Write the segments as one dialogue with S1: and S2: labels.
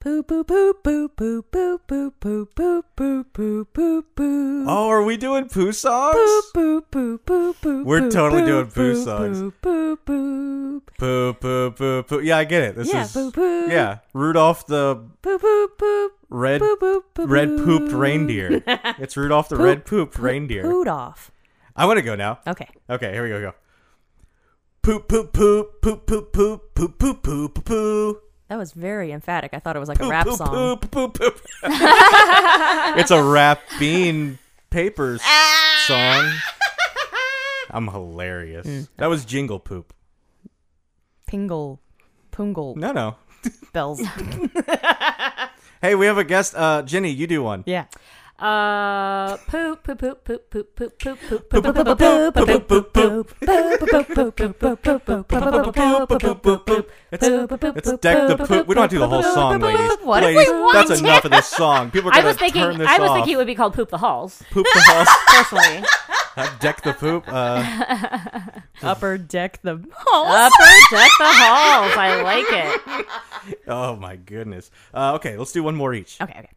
S1: Poo poo poo poo poo poo poo poo poo poo poo poo poo.
S2: Oh, are we doing poo songs?
S1: Boop, boop, boop, boop, boop,
S2: We're
S1: boop,
S2: totally
S1: boop,
S2: doing poo
S1: boop,
S2: songs.
S1: Boop, boop, boop.
S2: Poo poo poo poo. Yeah, I get it. This
S1: Yeah,
S2: is
S1: poo, poo.
S2: yeah. Rudolph the
S1: Boop, boop, boop.
S2: red
S1: Boop, boop, boop,
S2: red pooped
S1: boop.
S2: reindeer. it's Rudolph the
S1: Poop,
S2: red pooped reindeer.
S1: Poot off.
S2: I want to go now.
S1: Okay.
S2: Okay, here we go. Go. Poop poop poop poop poop poop poop poop poop poop poo.
S1: That was very emphatic. I thought it was like a
S2: Poop,
S1: rap
S2: poop,
S1: song.
S2: poop, poop, poop. it's a rap bean papers
S1: Ah!
S2: song. I'm hilarious.
S1: Hmm.
S2: That was jingle poop.
S1: Pingle. Pungle.
S2: No, no.
S1: Bells.
S2: Hey, we have a guest. Uh, Jenny, you do one.
S1: yeah.
S3: Uh, poop, poop, poop, poop, poop, poop, poop,
S2: Poop,
S3: poop, poop,
S2: poop,
S3: poop,
S2: poop,
S3: poop,
S2: poop,
S3: poop,
S2: poop, poop, poop, poop. It's deck the poop. We don't have to do the whole song, ladies.
S3: What if
S2: Ladies,
S3: we want
S2: That's
S3: to?
S2: enough of this song. People are
S3: I
S2: gonna
S3: was thinking,
S2: turn this
S3: I was
S2: off.
S3: thinking it would be called poop the halls.
S2: poop the halls,
S3: Personally,
S2: deck the poop. Uh,
S1: Upper deck the halls.
S3: upper deck the halls. I like it.
S2: oh my goodness. Uh, okay, let's do one more each.
S3: Okay, okay.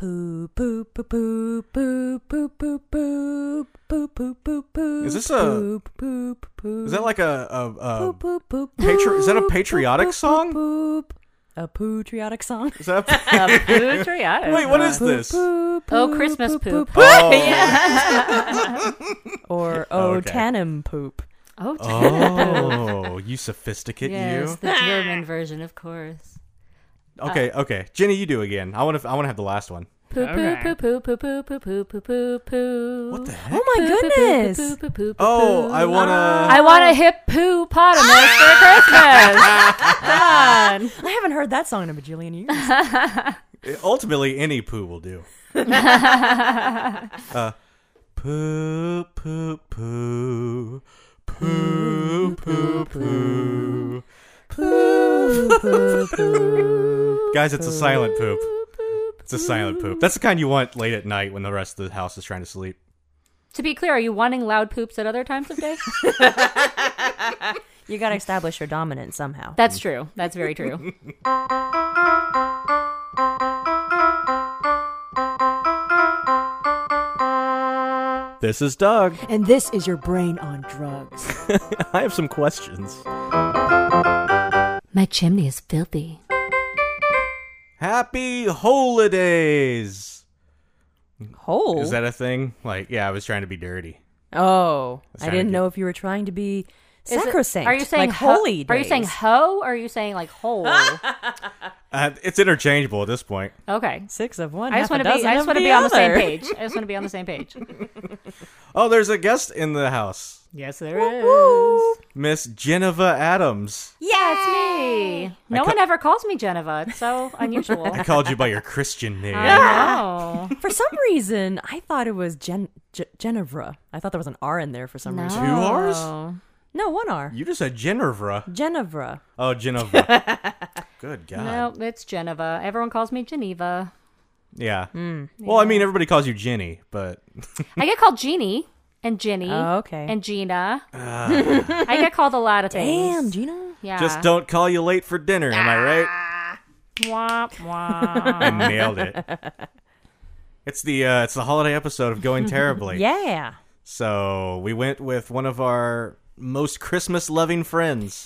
S1: Poop, poop, poop, poop, poop, poop, poop, poop, poop, poop, poop, poop.
S2: Is this a-
S1: poop, poop, poop?
S2: Is that like a, a, a
S1: poop, poop, poop,
S2: patri- is that a
S1: poop,
S2: patriotic
S1: poop, poop,
S2: song?
S1: Poop, a patriotic song.
S2: is that a-
S3: A patriotic.
S2: wait? What is this?
S1: Poop,
S3: Oh,
S1: poop,
S3: Christmas poop.
S2: Oh.
S1: Or oh,
S2: Okay.
S1: tannum poop.
S3: Oh,
S2: Oh, you sophisticate
S4: Yes,
S2: you.
S4: the German version, of course.
S2: Okay, okay. Jenny, you do again. I want to. I want to have the last one.
S3: poop, poop, poop, poop, poop, poop, poop, poop, poop, poop.
S2: What the heck?
S1: Oh my goodness!
S2: Oh, I wanna.
S1: Ah.
S3: I want a hip poo potamus for Christmas. Come on.
S1: I haven't heard that song in a bajillion years.
S2: Ultimately, any poo will do. uh, poo, poo, poo, poo, poo, poo, poo. Guys, it's a silent poop. It's a silent poop. That's the kind you want late at night when the rest of the house is trying to sleep.
S3: To be clear, are you wanting loud poops at other times of day?
S1: you gotta establish your dominance somehow.
S3: That's true. That's very true.
S2: This is Doug.
S1: And this is your brain on drugs.
S2: I have some questions.
S4: My chimney is filthy.
S2: Happy holidays.
S1: Hole.
S2: Is that a thing? Like, yeah, I was trying to be dirty.
S1: Oh,
S2: That's
S1: I
S2: trying to
S1: didn't
S2: get-
S1: know if you were trying to be
S3: Is it-
S1: sacrosanct.
S3: are you saying
S1: like
S3: ho-
S1: holy?
S3: Are you saying
S1: days.
S3: ho or are you saying like whole?
S2: Uh, it's interchangeable at this point.
S3: okay.
S1: six of one?
S3: I just want to be. I just want to be on the same page. I just want to be on the same page.
S2: Oh, there's a guest in the house.
S3: Yes, there is.
S2: Miss Geneva Adams.
S3: Yeah, it's me. No one ever calls me Geneva. It's so unusual.
S2: I called you by your Christian name.
S3: Uh, I know.
S1: For some reason, I thought it was Gen- J- Genevra. I thugght there was an R in there for some
S3: No.
S1: reason.
S2: Two R's?
S3: Oh.
S1: No, one R.
S2: You just said Genevra.
S1: Genevra.
S2: Oh, Geneva. Good God.
S3: No, it's Geneva. Everyone calls me Geneva.
S2: Yeah. Well, I mean, everybody calls you Jenny, but
S3: I get called Jeannie and Ginny.
S1: Oh, okay.
S3: And Gina. I get called a lot of things.
S1: Damn, Gina.
S3: Yeah.
S2: Ah. just don't call you late for dinner. Am I right?
S3: Womp, womp.
S2: I nailed it. It's the uh, it's the holiday episode of Going Terribly.
S1: Yeah.
S2: So we went with one of our most Christmas loving friends.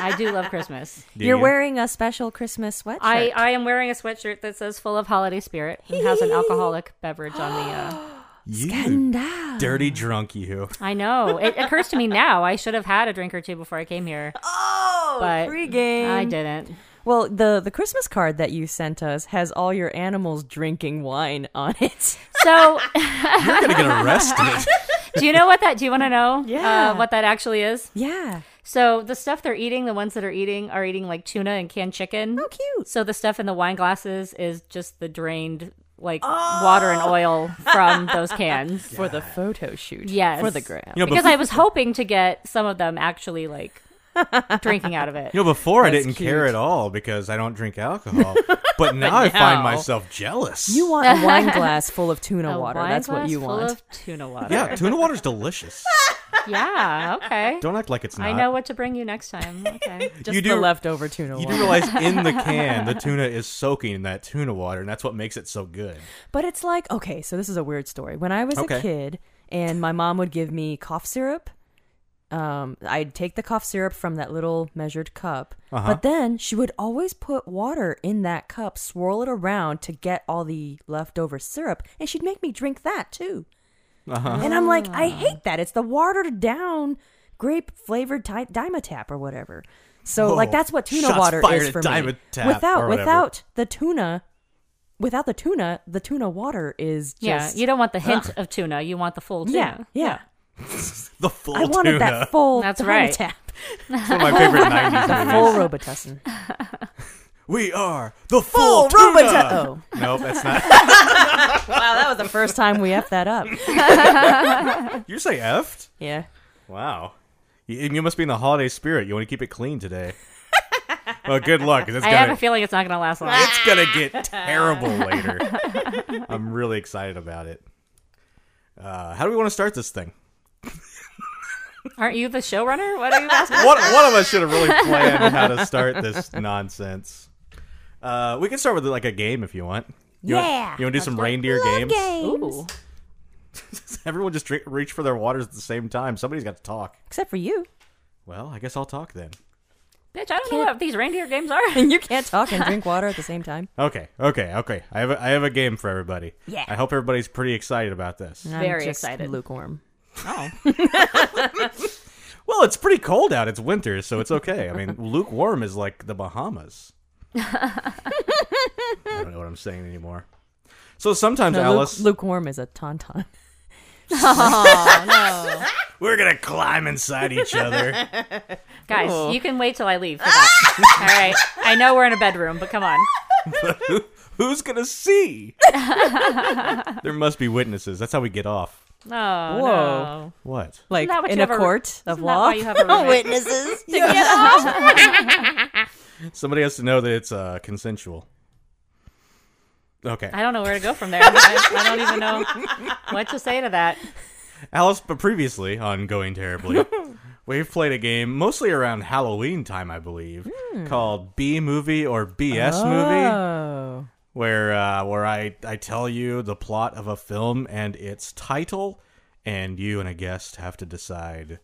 S3: I do love Christmas.
S2: Do
S1: You're
S2: you?
S1: wearing a special Christmas sweatshirt.
S3: I, I am wearing a sweatshirt that says full of holiday spirit and has an alcoholic beverage on the. Uh,
S2: you
S1: Scandal.
S2: dirty drunk you.
S3: I know. It occurs to me now. I should have had a drink or two before I came here.
S1: Oh,
S3: But
S1: pregame.
S3: I didn't.
S1: Well, the the Christmas card that you sent us has all your animals drinking wine on it.
S3: So,
S2: You're gonna get arrested.
S3: do you know what that? Do you want to know?
S1: Yeah.
S3: Uh, what that actually is?
S1: yeah.
S3: So the stuff they're eating, the ones that are eating, are eating like tuna and canned chicken.
S1: How Oh, cute.
S3: So the stuff in the wine glasses is just the drained like water
S1: Oh.
S3: and oil from those cans.
S1: For the photo shoot.
S3: Yes.
S1: For the gram.
S2: You know,
S3: because
S2: bef-
S3: I was hoping to get some of them actually like drinking out of it.
S2: You know, before I
S3: That's
S2: didn't care
S3: cute.
S2: at all because I don't drink alcohol, but now I
S1: now-
S2: find myself jealous.
S1: You want a wine glass full of tuna water.
S3: wine
S1: That's what
S3: glass
S1: you
S3: full
S1: want.
S3: Of tuna water.
S2: yeah, tuna water's delicious.
S3: Yeah, Okay.
S2: Don't act like it's not.
S3: I know what to bring you next time. Okay.
S1: Just
S2: you
S1: the
S2: do-
S1: leftover tuna
S2: You
S1: water.
S2: do realize in the can the tuna is soaking in that tuna water, and that's what makes it so good.
S1: But it's like, okay, so this is a weird story. When I was
S2: Okay.
S1: a kid and my mom would give me cough syrup, um, I'd take the cough syrup from that little measured cup,
S2: Uh-huh.
S1: but then she would always put water in that cup, swirl it around to get all the leftover syrup, and she'd make me drink that too.
S2: Uh-huh.
S1: And I'm like, I hate that. It's the watered down grape flavored ti- Dimetap or whatever. So
S2: Whoa.
S1: like that's what tuna
S2: Oh, Shots
S1: water
S2: fired
S1: is
S2: at
S1: for me.
S2: Dimetap or whatever.
S1: Without without the tuna, without the tuna, the tuna water is
S3: Yeah.
S1: just
S3: You don't want the hint of tuna. You want the full tuna.
S1: yeah yeah.
S2: The full
S1: I wanted
S2: tuna.
S1: that full
S3: That's right.
S1: Dimetap,
S2: It's one of my favorite
S1: the
S2: 90s movies.
S1: full Robitussin.
S2: We are the full,
S1: Full
S2: tuna.
S1: Robota- oh.
S2: Nope, that's not.
S1: wow, that was the first time we effed that up.
S2: You say effed?
S1: Yeah.
S2: Wow. You, you must be in the holiday spirit. You want to keep it clean today. well, good luck. 'cause It's
S3: I have
S2: gonna,
S3: a feeling it's not going to last long.
S2: it's gonna get terrible later. I'm really excited about it. Uh, how do we want to start this thing?
S3: Aren't you the showrunner? What are you asking?
S2: One, one of us should have really planned how to start this nonsense. Uh, we can start with like a game if you want. You
S1: Yeah.
S2: Want, you want to do some reindeer games?
S3: Ooh.
S2: Everyone just drink, reach for their waters at the same time. Somebody's got to talk.
S1: Except for you.
S2: Well, I guess I'll talk then.
S3: Bitch, I don't know what these reindeer games are.
S1: And you can't talk and drink water at the same time.
S2: Okay, okay, okay. I have a, I have a game for everybody.
S1: Yeah.
S2: I hope everybody's pretty excited about this.
S1: I'm
S3: Very
S1: just
S3: excited.
S1: Lukewarm.
S2: Well, it's pretty cold out. It's winter, so it's okay. I mean, lukewarm is like the Bahamas. I don't know what I'm saying anymore. So sometimes,
S1: No, Luke-
S2: Alice,
S1: lukewarm is a tauntaun.
S2: we're gonna climb inside each other.
S3: Guys, you can wait till I leave for that. All right. I know we're in a bedroom, but come on.
S2: Who's gonna see? there must be witnesses. That's how we get off.
S3: Oh,
S1: Whoa.
S3: no.
S2: What?
S1: Like
S3: Isn't that what
S1: in
S3: you
S1: a
S3: have a-
S1: court of
S3: Isn't that
S1: law.
S3: why you have a roommate?
S4: Witnesses.
S2: Somebody has to know that it's uh, consensual. Okay,
S3: I don't know where to go from there. I, I don't even know what to say to that.
S2: Alice. But previously on Going Terribly, we've played a game mostly around Halloween time, I believe, called B Movie or BS Movie,
S1: Oh.
S2: where uh, where I I tell you the plot of a film and its title, and you and a guest have to decide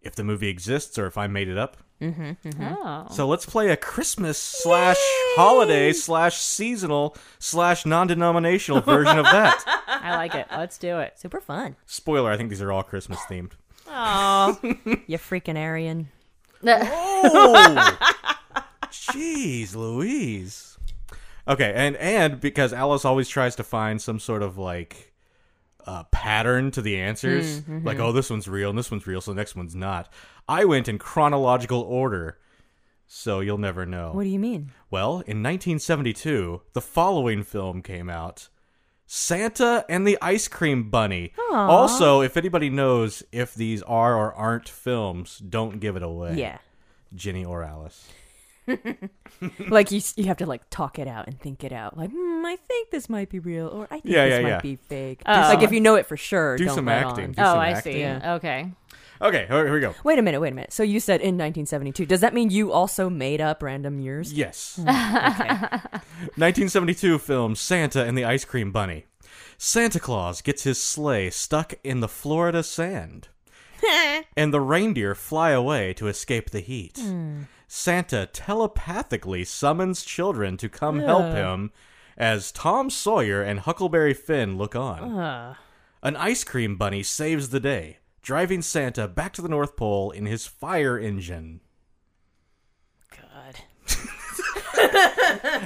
S2: if the movie exists or if I made it up.
S3: Oh.
S2: So let's play a Christmas slash holiday slash seasonal slash non denominational version of that.
S3: I like it. Let's do it.
S1: Super fun.
S2: Spoiler, I think these are all Christmas themed.
S1: You freaking Aryan.
S2: Oh! Jeez Louise. Okay, and and because Alice always tries to find some sort of like uh, pattern to the answers, like oh this one's real and this one's real, so the next one's not. I went in chronological order, so you'll never know.
S1: What do you mean?
S2: Well, in 1972, the following film came out Santa and the Ice Cream Bunny. Also, if anybody knows if these are or aren't films, don't give it away.
S1: Yeah.
S2: Ginny or Alice.
S1: like you, s- you have to like talk it out and think it out. Like, hmm, I think this might be real, or I think
S2: Yeah,
S1: this
S2: yeah,
S1: might
S2: yeah.
S1: be fake.
S3: Oh.
S1: Like if you know it for sure,
S2: Do
S1: don't
S2: some
S1: let
S2: acting.
S1: on.
S2: Do
S3: oh,
S2: some
S3: I
S2: acting.
S3: see.
S1: Yeah.
S3: Okay.
S2: Okay, here here we go.
S1: Wait a minute, wait a minute. So you said in 1972. Does that mean you also made up random years?
S2: Yes. 1972 film Santa and the Ice Cream Bunny. Santa Claus gets his sleigh stuck in the Florida sand, and the reindeer fly away to escape the heat. Santa telepathically summons children to come help him as Tom Sawyer and Huckleberry Finn look on. An ice cream bunny saves the day, driving Santa back to the North Pole in his fire engine.
S1: God.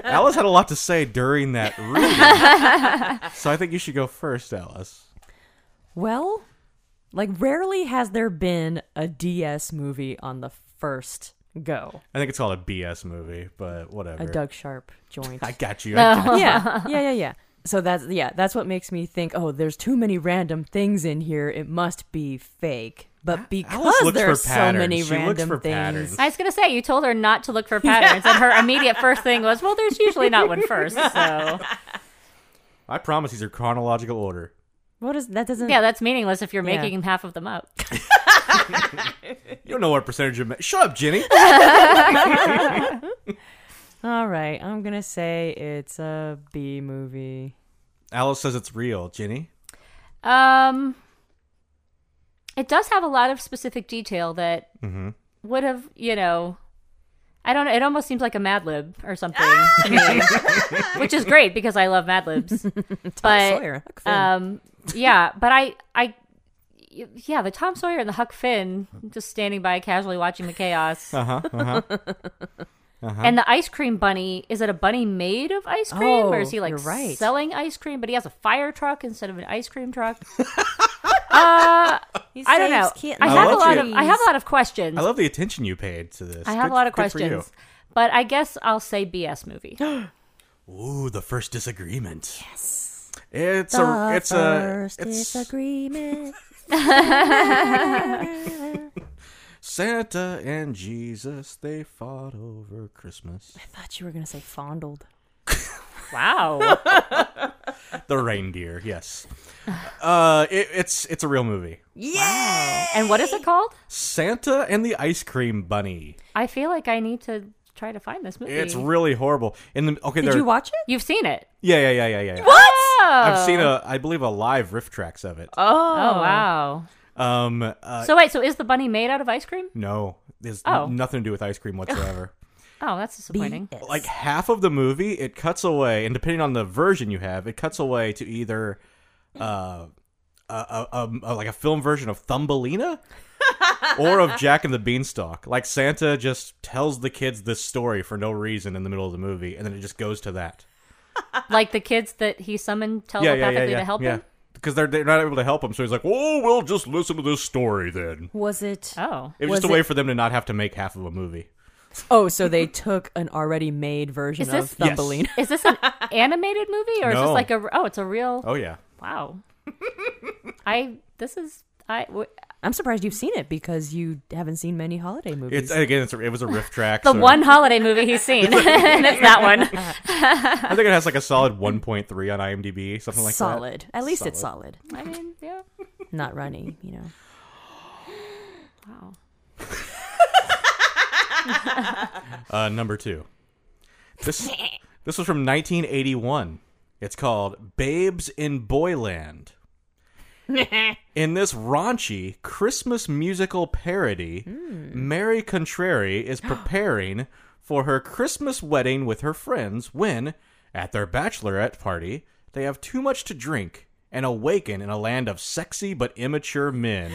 S2: Alice had a lot to say during that reading. so I think you should go first, Alice.
S1: Well, like rarely has there been a DS movie on the first go.
S2: I think it's called a BS movie, but whatever.
S1: A Doug Sharp joint.
S2: I got you. I got
S1: yeah, yeah, yeah, yeah. So that's yeah, that's what makes me think. Oh, there's too many random things in here. It must be fake. But because
S2: Alice looks
S1: there
S2: for
S1: are so
S2: patterns.
S1: many
S2: She looks
S1: random
S2: for
S1: things,
S2: patterns.
S3: I was gonna say you told her not to look for patterns, and her immediate first thing was, "Well, there's usually not one first, so
S2: I promise these are chronological order.
S1: what is that? Doesn't
S3: yeah, that's meaningless if you're
S1: Yeah.
S3: making half of them up."
S2: You don't know what percentage of men. Shut up, Jenny.
S1: All right, I'm gonna say it's a B movie.
S2: Alice says it's real, Jenny.
S3: Um, it does have a lot of specific detail that would have, you know, I don't know. It almost seems like a Mad Lib or something,
S1: Ah!
S3: to me, which is great because I love Mad Libs. but
S1: Sawyer, Huck Finn.
S3: um, yeah, but I, I, yeah, the Tom Sawyer and the Huck Finn just standing by casually watching the chaos. Uh huh. And the ice cream bunny is it a bunny made of ice cream or is
S1: Oh,
S3: he like
S1: you're right.
S3: selling ice cream? But he has a fire truck instead of an ice cream truck. Uh,
S1: He
S3: I don't know.
S1: saves
S3: I
S1: kittens.
S3: have a
S2: love
S3: lot
S2: you.
S3: of I have a lot of questions.
S2: I love the attention you paid to this.
S3: I have
S2: Good-
S3: a lot of
S2: good for you.
S3: questions, but I guess I'll say BS movie.
S2: Ooh, the first disagreement. Yes. It's a
S1: The
S2: it's
S1: first
S2: a it's
S1: disagreement.
S2: Santa and Jesus they fought over Christmas.
S1: I thought you were gonna say fondled.
S3: Wow,
S2: The reindeer, yes. Uh it, it's it's a real movie.
S1: Yeah.
S3: and what is it called?
S2: Santa and the Ice Cream Bunny.
S3: I feel like I need to try to find this movie.
S2: It's really horrible. In the okay
S1: Did
S2: there
S1: you watch it?
S3: You've seen it.
S2: Yeah, yeah, yeah, yeah, yeah, yeah.
S3: What?
S2: I've seen a I believe a live riff tracks of it.
S3: Oh wow.
S2: Um uh,
S3: So wait, so is the bunny made out of ice cream?
S2: no, there's
S3: Oh.
S2: nothing to do with ice cream whatsoever.
S3: Oh, that's disappointing.
S1: Yes.
S2: like half of the movie it cuts away and depending on the version you have it cuts away to either uh a, a, a- a- like a film version of thumbelina or of jack and the beanstalk like santa just tells the kids this story for no reason in the middle of the movie and then it just goes to that
S3: Like the kids that he summoned
S2: yeah
S3: telepathically
S2: yeah yeah yeah
S3: Oh, to help
S2: yeah.
S3: him.
S2: because they're, they're not able to help him so he's like oh well just listen to this story then
S1: was it?
S3: Oh,
S2: it was,
S1: Was
S2: just a way
S1: it-
S2: for them to not have to make half of a movie
S1: Oh, so they took an already made version
S3: Is
S1: of
S3: this- Yes.
S1: Thumbelina.
S3: is this an animated movie or is
S2: No.
S3: this like a? Oh, it's a real.
S2: oh yeah
S3: Wow. I this is I. W-
S1: I'm surprised you've seen it because you haven't seen many holiday movies.
S2: it's again it's a, it was a riff track
S3: the
S2: so-
S3: one holiday movie he's seen. and it's that one.
S2: I think it has like a solid 1.3 on IMDb, something like that.
S1: solid. At least it's solid,
S3: I mean, yeah.
S1: not runny. You know.
S3: Wow.
S2: Uh, number two. This this was from 1981. It's called Babes in Boyland. in this raunchy Christmas musical parody, Mary Contrary is preparing for her Christmas wedding with her friends when, at their bachelorette party, they have too much to drink and awaken in a land of sexy but immature men.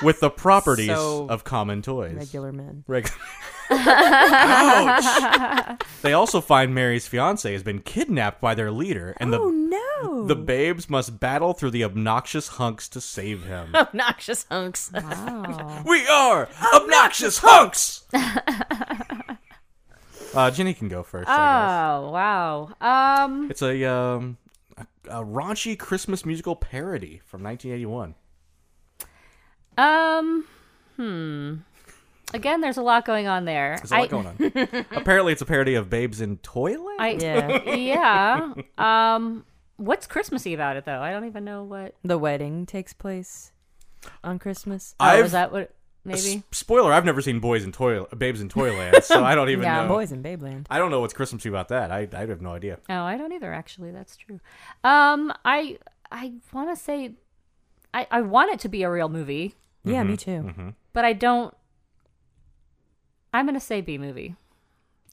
S2: With the properties
S1: So
S2: of common toys.
S1: Regular men.
S2: Reg- Ouch! they also find Mary's fiance has been kidnapped by their leader, and the
S1: Oh no.
S2: the babes must battle through the obnoxious hunks to save him.
S1: obnoxious hunks.
S2: we are obnoxious hunks. uh, Jenny can go first. I
S3: Oh wow. Um,
S2: guess. It's a um. a- A raunchy Christmas musical parody from 1981.
S3: um, hmm. Again, there's a lot going on there.
S2: There's a lot
S3: I,
S2: going on. Apparently, it's a parody of Babes in Toyland.
S3: I
S1: yeah.
S3: yeah. Um, what's Christmassy about it though? I don't even know what.
S1: The wedding takes place on Christmas.
S3: Oh,
S2: I've-
S3: is that what? Maybe.
S2: S- spoiler: I've never seen Boys in Toy Babes in Toyland, so I don't even
S3: Yeah,
S2: know.
S1: Boys in Babeland.
S2: I don't know what's Christmassy about that. I, I have no idea.
S3: Oh, I don't either. Actually, that's true. Um, I I want to say, I I want it to be a real movie,
S1: Yeah,
S2: Mm-hmm.
S1: me too.
S3: but I don't. I'm gonna say B movie,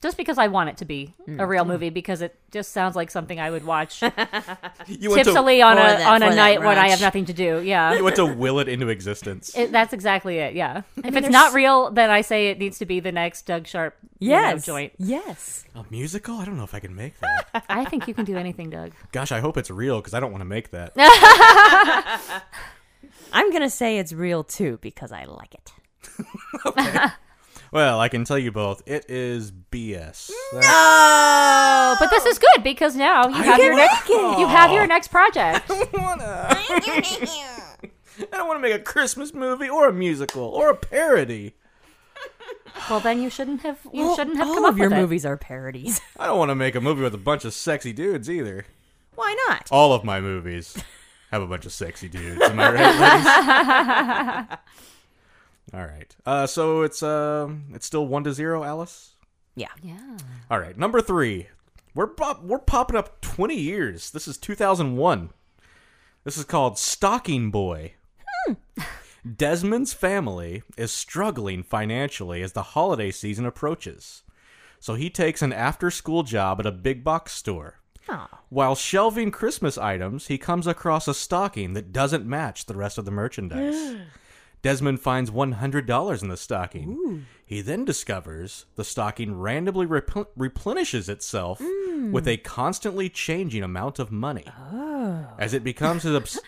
S3: just because I want it to be
S2: Hmm.
S3: a real movie because it just sounds like something I would watch
S2: You went to
S3: tipsily on a
S1: For that-
S3: on
S1: for
S3: a
S1: that
S3: night when I
S1: brunch.
S3: have nothing to do. Yeah,
S2: you went to will it into existence.
S3: It- that's exactly it. Yeah, if it's
S1: there's-
S3: not real, then I say it needs to be the next Doug Sharp you know,
S1: Yes.
S3: joint.
S1: Yes.
S2: a musical? I don't know if I can make that.
S3: I think you can do anything, Doug.
S2: Gosh, I hope it's real because I don't want to make that.
S1: I'm gonna say it's real too because I like it.
S2: well, I can tell you both. It is BS. That's-
S3: Oh, but this is good because now you have your next you have your next project.
S2: I don't want to make a Christmas movie or a musical or a parody.
S3: Well, then you shouldn't have. You
S1: All-
S3: shouldn't have
S1: all
S3: come
S1: of
S3: up
S1: your
S3: with
S1: movies are parodies.
S2: I don't want to make a movie with a bunch of sexy dudes either.
S1: Why not?
S2: All of my movies have a bunch of sexy dudes. Am I right? ladies? All right. Uh, so it's um, it's still one to zero, Alice.
S1: Yeah.
S4: Yeah.
S2: All right, number three. We're pop- we're popping up twenty years. This is two thousand one. This is called Stocking Boy. Desmond's family is struggling financially as the holiday season approaches, so he takes an after-school job at a big box store.
S1: Oh.
S2: While shelving Christmas items, he comes across a stocking that doesn't match the rest of the merchandise. Desmond finds $100 in the stocking. He then discovers the stocking randomly repl- replenishes itself
S1: Hmm.
S2: with a constantly changing amount of money.
S1: Oh.
S2: As it becomes his obs-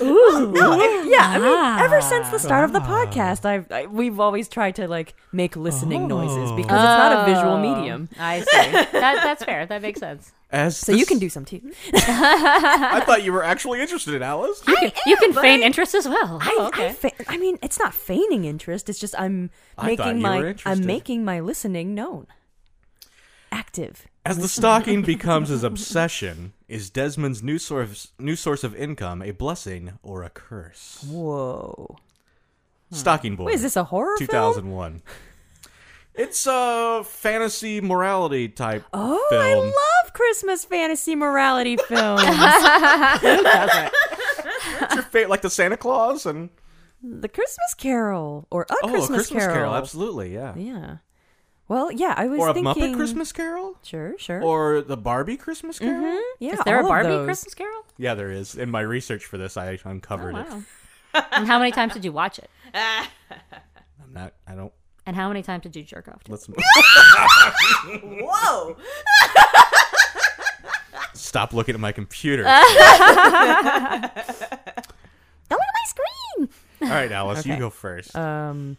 S1: No, it- yeah, I mean, ever since the start of the podcast, I've I, we've always tried to like make listening noises because it's not a visual medium.
S3: I see. That, that's fair. That makes sense.
S2: as
S1: So you can do some too.
S2: I thought you were actually interested in Alice.
S3: You can, you can feign interest as well. Oh,
S1: I,
S3: okay.
S1: I, fe- I mean, it's not feigning interest. It's just I'm
S2: I thought you
S1: making
S2: were
S1: my
S2: interested.
S1: I'm making my listening known, active.
S2: As the stocking becomes his obsession, is Desmond's new source new source of income a blessing or a curse?
S1: Whoa!
S2: Stocking boy.
S1: Wait, is this a horror film?
S2: 2001. It's a fantasy morality type
S1: Oh,
S2: film.
S1: I love Christmas fantasy morality films.
S2: What's your favorite, like the Santa Claus and
S1: the Christmas Carol or a
S2: oh,
S1: Christmas,
S2: a Christmas Carol. absolutely, yeah,
S1: Yeah. Well, yeah, I was
S2: or a
S1: thinking
S2: Muppet Christmas Carol,
S1: Sure, sure. Mm-hmm.
S2: or the Barbie Christmas Carol.
S1: yeah,
S3: Is there a
S1: all of
S3: Barbie
S1: those.
S3: Christmas Carol?
S2: Yeah, there is. In my research for this, I
S1: Oh,
S2: uncovered it.
S3: And how many times did you watch it?
S2: I'm not. I don't.
S3: And how many times did you jerk off to? it?
S2: Let's. Whoa! Stop looking at my computer. All
S1: Go to my screen.
S2: right, Alice, you go first.
S1: Um.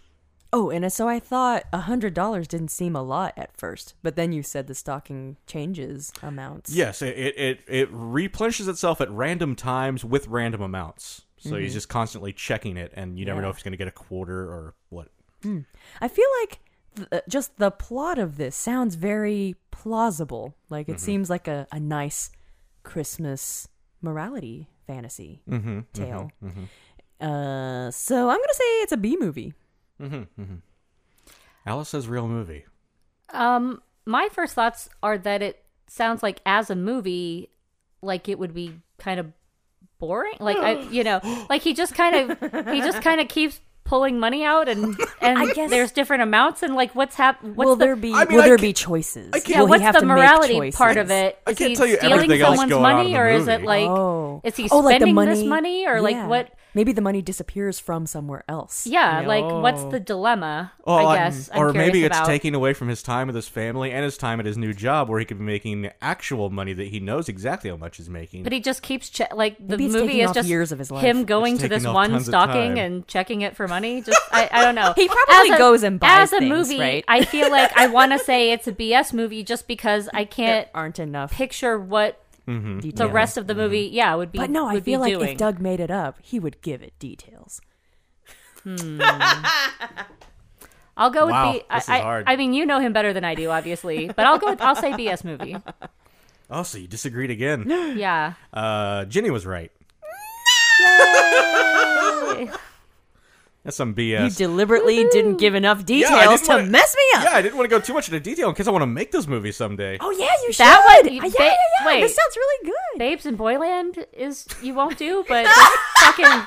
S1: Oh, and so I thought a hundred dollars didn't seem a lot at first, but then you said the stocking changes amounts.
S2: Yes, it, it, it, it replenishes itself at random times with random amounts. So
S1: Mm-hmm.
S2: he's just constantly checking it, and you never know if he's going to get a quarter or what.
S1: I feel like th- uh, just the plot of this sounds very plausible. Like
S2: Mm-hmm.
S1: it seems like a, a nice Christmas morality fantasy
S2: Mm-hmm.
S1: tale. Uh, so I'm gonna say it's a B movie.
S2: Alice says real movie.
S3: Um, my first thoughts are that it sounds like as a movie, like it would be kind of boring. Like I, you know, like he just kind of he just kind of keeps pulling money out and and
S1: I guess-
S3: there's different amounts and like what's hap what's
S1: will
S3: the,
S1: there be
S2: I mean,
S1: will
S2: I
S1: there
S2: ca-
S1: be choices?
S2: I can't-
S1: Will
S3: yeah
S1: he
S3: what's
S1: have
S3: the
S1: to make
S3: morality
S1: choices?
S3: part of it?
S2: I
S3: Is
S2: can't
S3: he
S2: tell you
S3: stealing
S2: everything else
S3: someone's
S2: going on in
S3: money
S2: the
S3: or is
S2: movie.
S3: it like
S1: oh.
S3: is he
S1: Oh,
S3: spending
S1: like the
S3: this money or like
S1: yeah.
S3: what?
S1: Maybe the money disappears from somewhere else.
S3: Yeah, like what's the dilemma? I guess, I'm
S2: or maybe
S3: curious
S2: it's
S3: about.
S2: taking away from his time with his family and his time at his new job, where he could be making actual money that he knows exactly how much he's making.
S3: But he just keeps che- like the
S1: Maybe it's
S3: movie
S1: taking
S3: is
S1: off
S3: just
S1: years of his life.
S3: him going
S2: It's
S3: to this
S2: taking off
S3: one
S2: tons of time.
S3: stocking and checking it for money. Just I, I don't know.
S1: He probably
S3: As a-
S1: goes and buys
S3: as a
S1: things,
S3: movie.
S1: right?
S3: I feel like I want to say it's a BS movie just because I can't
S1: Aren't enough.
S3: picture what
S2: Mm-hmm.
S3: the rest of the movie. Yeah, would be.
S1: Mm-hmm. But no, I
S3: would be
S1: feel like
S3: doing.
S1: if Doug made it up, he would give it details.
S3: I'll go with
S2: Wow,
S3: B.
S2: this is
S3: I, I-
S2: hard.
S3: I mean, you know him better than I do, obviously. But I'll go. With, I'll say BS movie.
S2: oh, so you disagreed again.
S3: Yeah.
S2: Uh, Ginny was right. That's some BS.
S1: You deliberately didn't give enough details
S2: Yeah, I didn't
S1: to
S2: wanna-
S1: mess me up.
S2: Yeah, I didn't want to go too much into detail in case I want to make this movie someday.
S1: Oh yeah, you should.
S3: That one-
S1: Uh, yeah,
S3: ba-
S1: yeah, yeah.
S3: wait.
S1: This sounds really good.
S3: Babes in Boyland is you won't do, but this fucking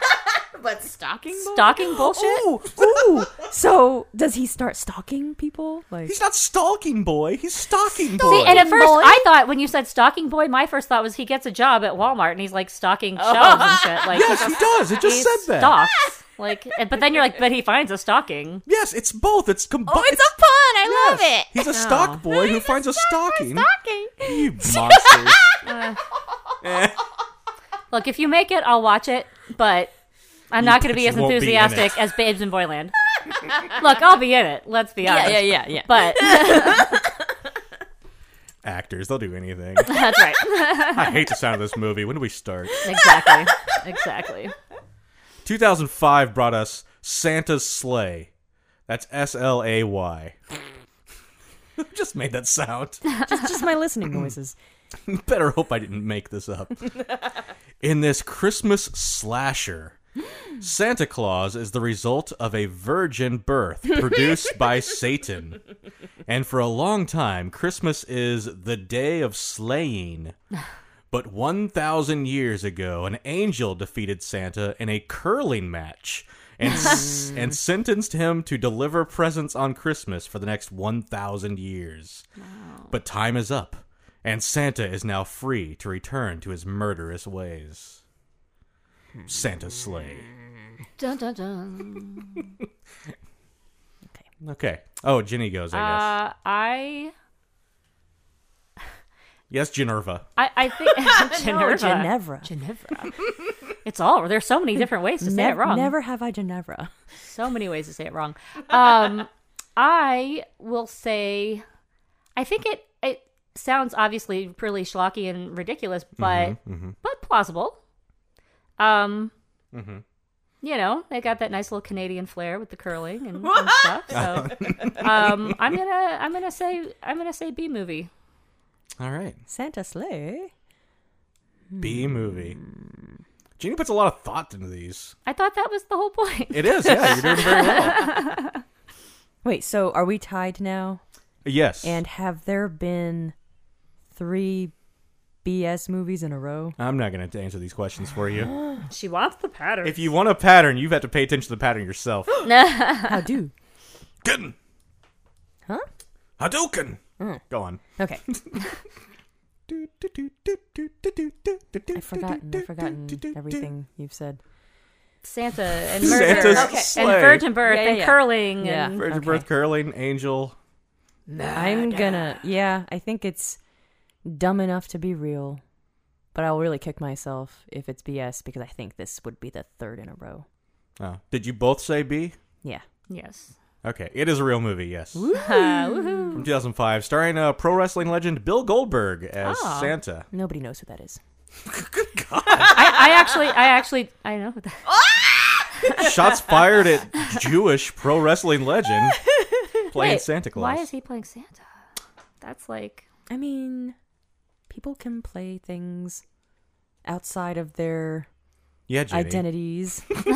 S4: But stocking
S3: stocking bullshit.
S1: Ooh, ooh. so does he start stalking people? Like
S2: He's not stalking boy. He's stalking boy.
S3: See, and at first
S1: boy.
S3: I thought when you said stocking boy, my first thought was he gets a job at Walmart and he's like stocking
S1: Oh.
S3: shelves and shit. Like
S2: yes, he does. It just
S3: he
S2: said that.
S3: stocks. Like, and- but then you're like, but he finds a stocking.
S2: Yes, it's both. It's combined.
S4: pun. I
S2: yes. He's a stock boy who finds a stocking. You monsters.
S3: Look, if you make it, I'll watch it, but I'm not going to be
S2: you
S3: as
S2: won't be in it.
S3: enthusiastic as Babes in Boyland. Look, I'll be in it. Let's be honest.
S1: yeah, yeah, yeah.
S3: But
S2: Actors, they'll do anything.
S3: that's right.
S2: I hate the sound of this movie. When do we start?
S3: Exactly. Exactly.
S2: 2005 brought us Santa's Sleigh. That's S L A Y. Just made that sound.
S1: It's just my listening noises.
S2: Better hope I didn't make this up. In this Christmas slasher, Santa Claus is the result of a virgin birth produced by Satan. And for a long time, Christmas is the day of slaying. But 1,000 years ago, an angel defeated Santa in a curling match and, s- and sentenced him to deliver presents on Christmas for the next 1,000 years. But time is up, and Santa is now free to return to his murderous ways. Santa sleigh.
S3: Dun, dun, dun.
S2: Okay. Oh, Ginny goes, I guess.
S3: Uh, I,
S2: yes, Ginnerva.
S3: I, I think
S1: Oh,
S3: Ginevra.
S1: Ginevra.
S3: Ginevra. it's all. There's so many different ways to say it
S1: Nev-
S3: wrong.
S1: Never have I Ginevra.
S3: So many ways to say it wrong. Um, I will say, I think it it sounds obviously really schlocky and ridiculous, but
S1: Mm-hmm.
S3: but plausible. Um,
S1: Mm-hmm.
S3: you know, they got that nice little Canadian flair with the curling and, and stuff. So, um, I'm gonna I'm gonna say I'm gonna say B movie.
S2: All right.
S1: Santa Sleigh.
S2: B movie. Ginny puts a lot of thought into these.
S3: I thought that was the whole point.
S2: It is, yeah. You're doing very well.
S1: Wait, so are we tied now?
S2: Yes.
S1: And have there been three BS movies in a row?
S2: I'm not going to answer these questions for you.
S3: She wants the pattern.
S2: If you want a pattern, you've had to pay attention to the pattern yourself.
S1: How do?
S2: Hadouken!
S1: Huh? Mm.
S2: Hadouken! Go on.
S1: Okay. I've forgotten. I've forgotten everything you've said.
S3: Santa and murder
S2: Santa's
S4: Okay.
S3: and
S2: sleigh.
S3: virgin birth
S1: Yeah, yeah,
S3: and
S1: yeah.
S3: curling
S1: Yeah.
S3: and
S2: Virgin
S1: Okay.
S2: birth curling, angel.
S1: I'm gonna. Yeah, I think it's dumb enough to be real, but I'll really kick myself if it's BS because I think this would be the third in a row.
S2: Oh. Did you both say B?
S1: Yeah.
S3: yes.
S2: Okay, it is a real movie, yes.
S3: Uh, woohoo.
S2: From 2005, starring uh, pro wrestling legend Bill Goldberg as
S1: Ah.
S2: Santa.
S1: Nobody knows who that is.
S3: I, I actually, I actually, I know. that-
S2: Shots fired at Jewish pro wrestling legend playing
S3: Wait,
S2: Santa Claus.
S3: Why is he playing Santa? That's like
S1: I mean, people can play things outside of their
S2: yeah, Jenny.
S1: identities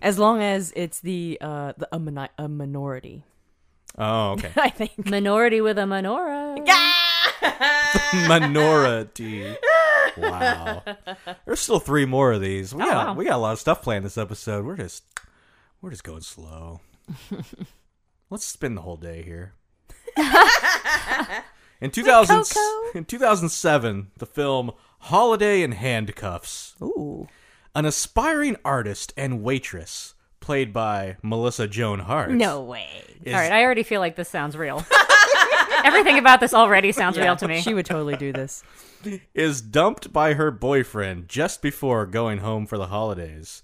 S1: as long as it's the uh the, a, mini- a minority
S2: Oh, okay.
S1: i think
S3: minority with a menorah.
S2: Minority. Wow. There's still three more of these.
S3: Oh,
S2: We got we got a lot of stuff planned this episode. We're just we're just going slow. Let's spend the whole day here. in 2000, in 2007, the film Holiday in Handcuffs.
S1: ooh
S2: An aspiring artist and waitress, played by Melissa Joan Hart.
S1: way
S2: is-
S3: All right, I already feel like this sounds real. Everything about this already sounds real to me.
S1: she would totally do this
S2: is dumped by her boyfriend just before going home for the holidays.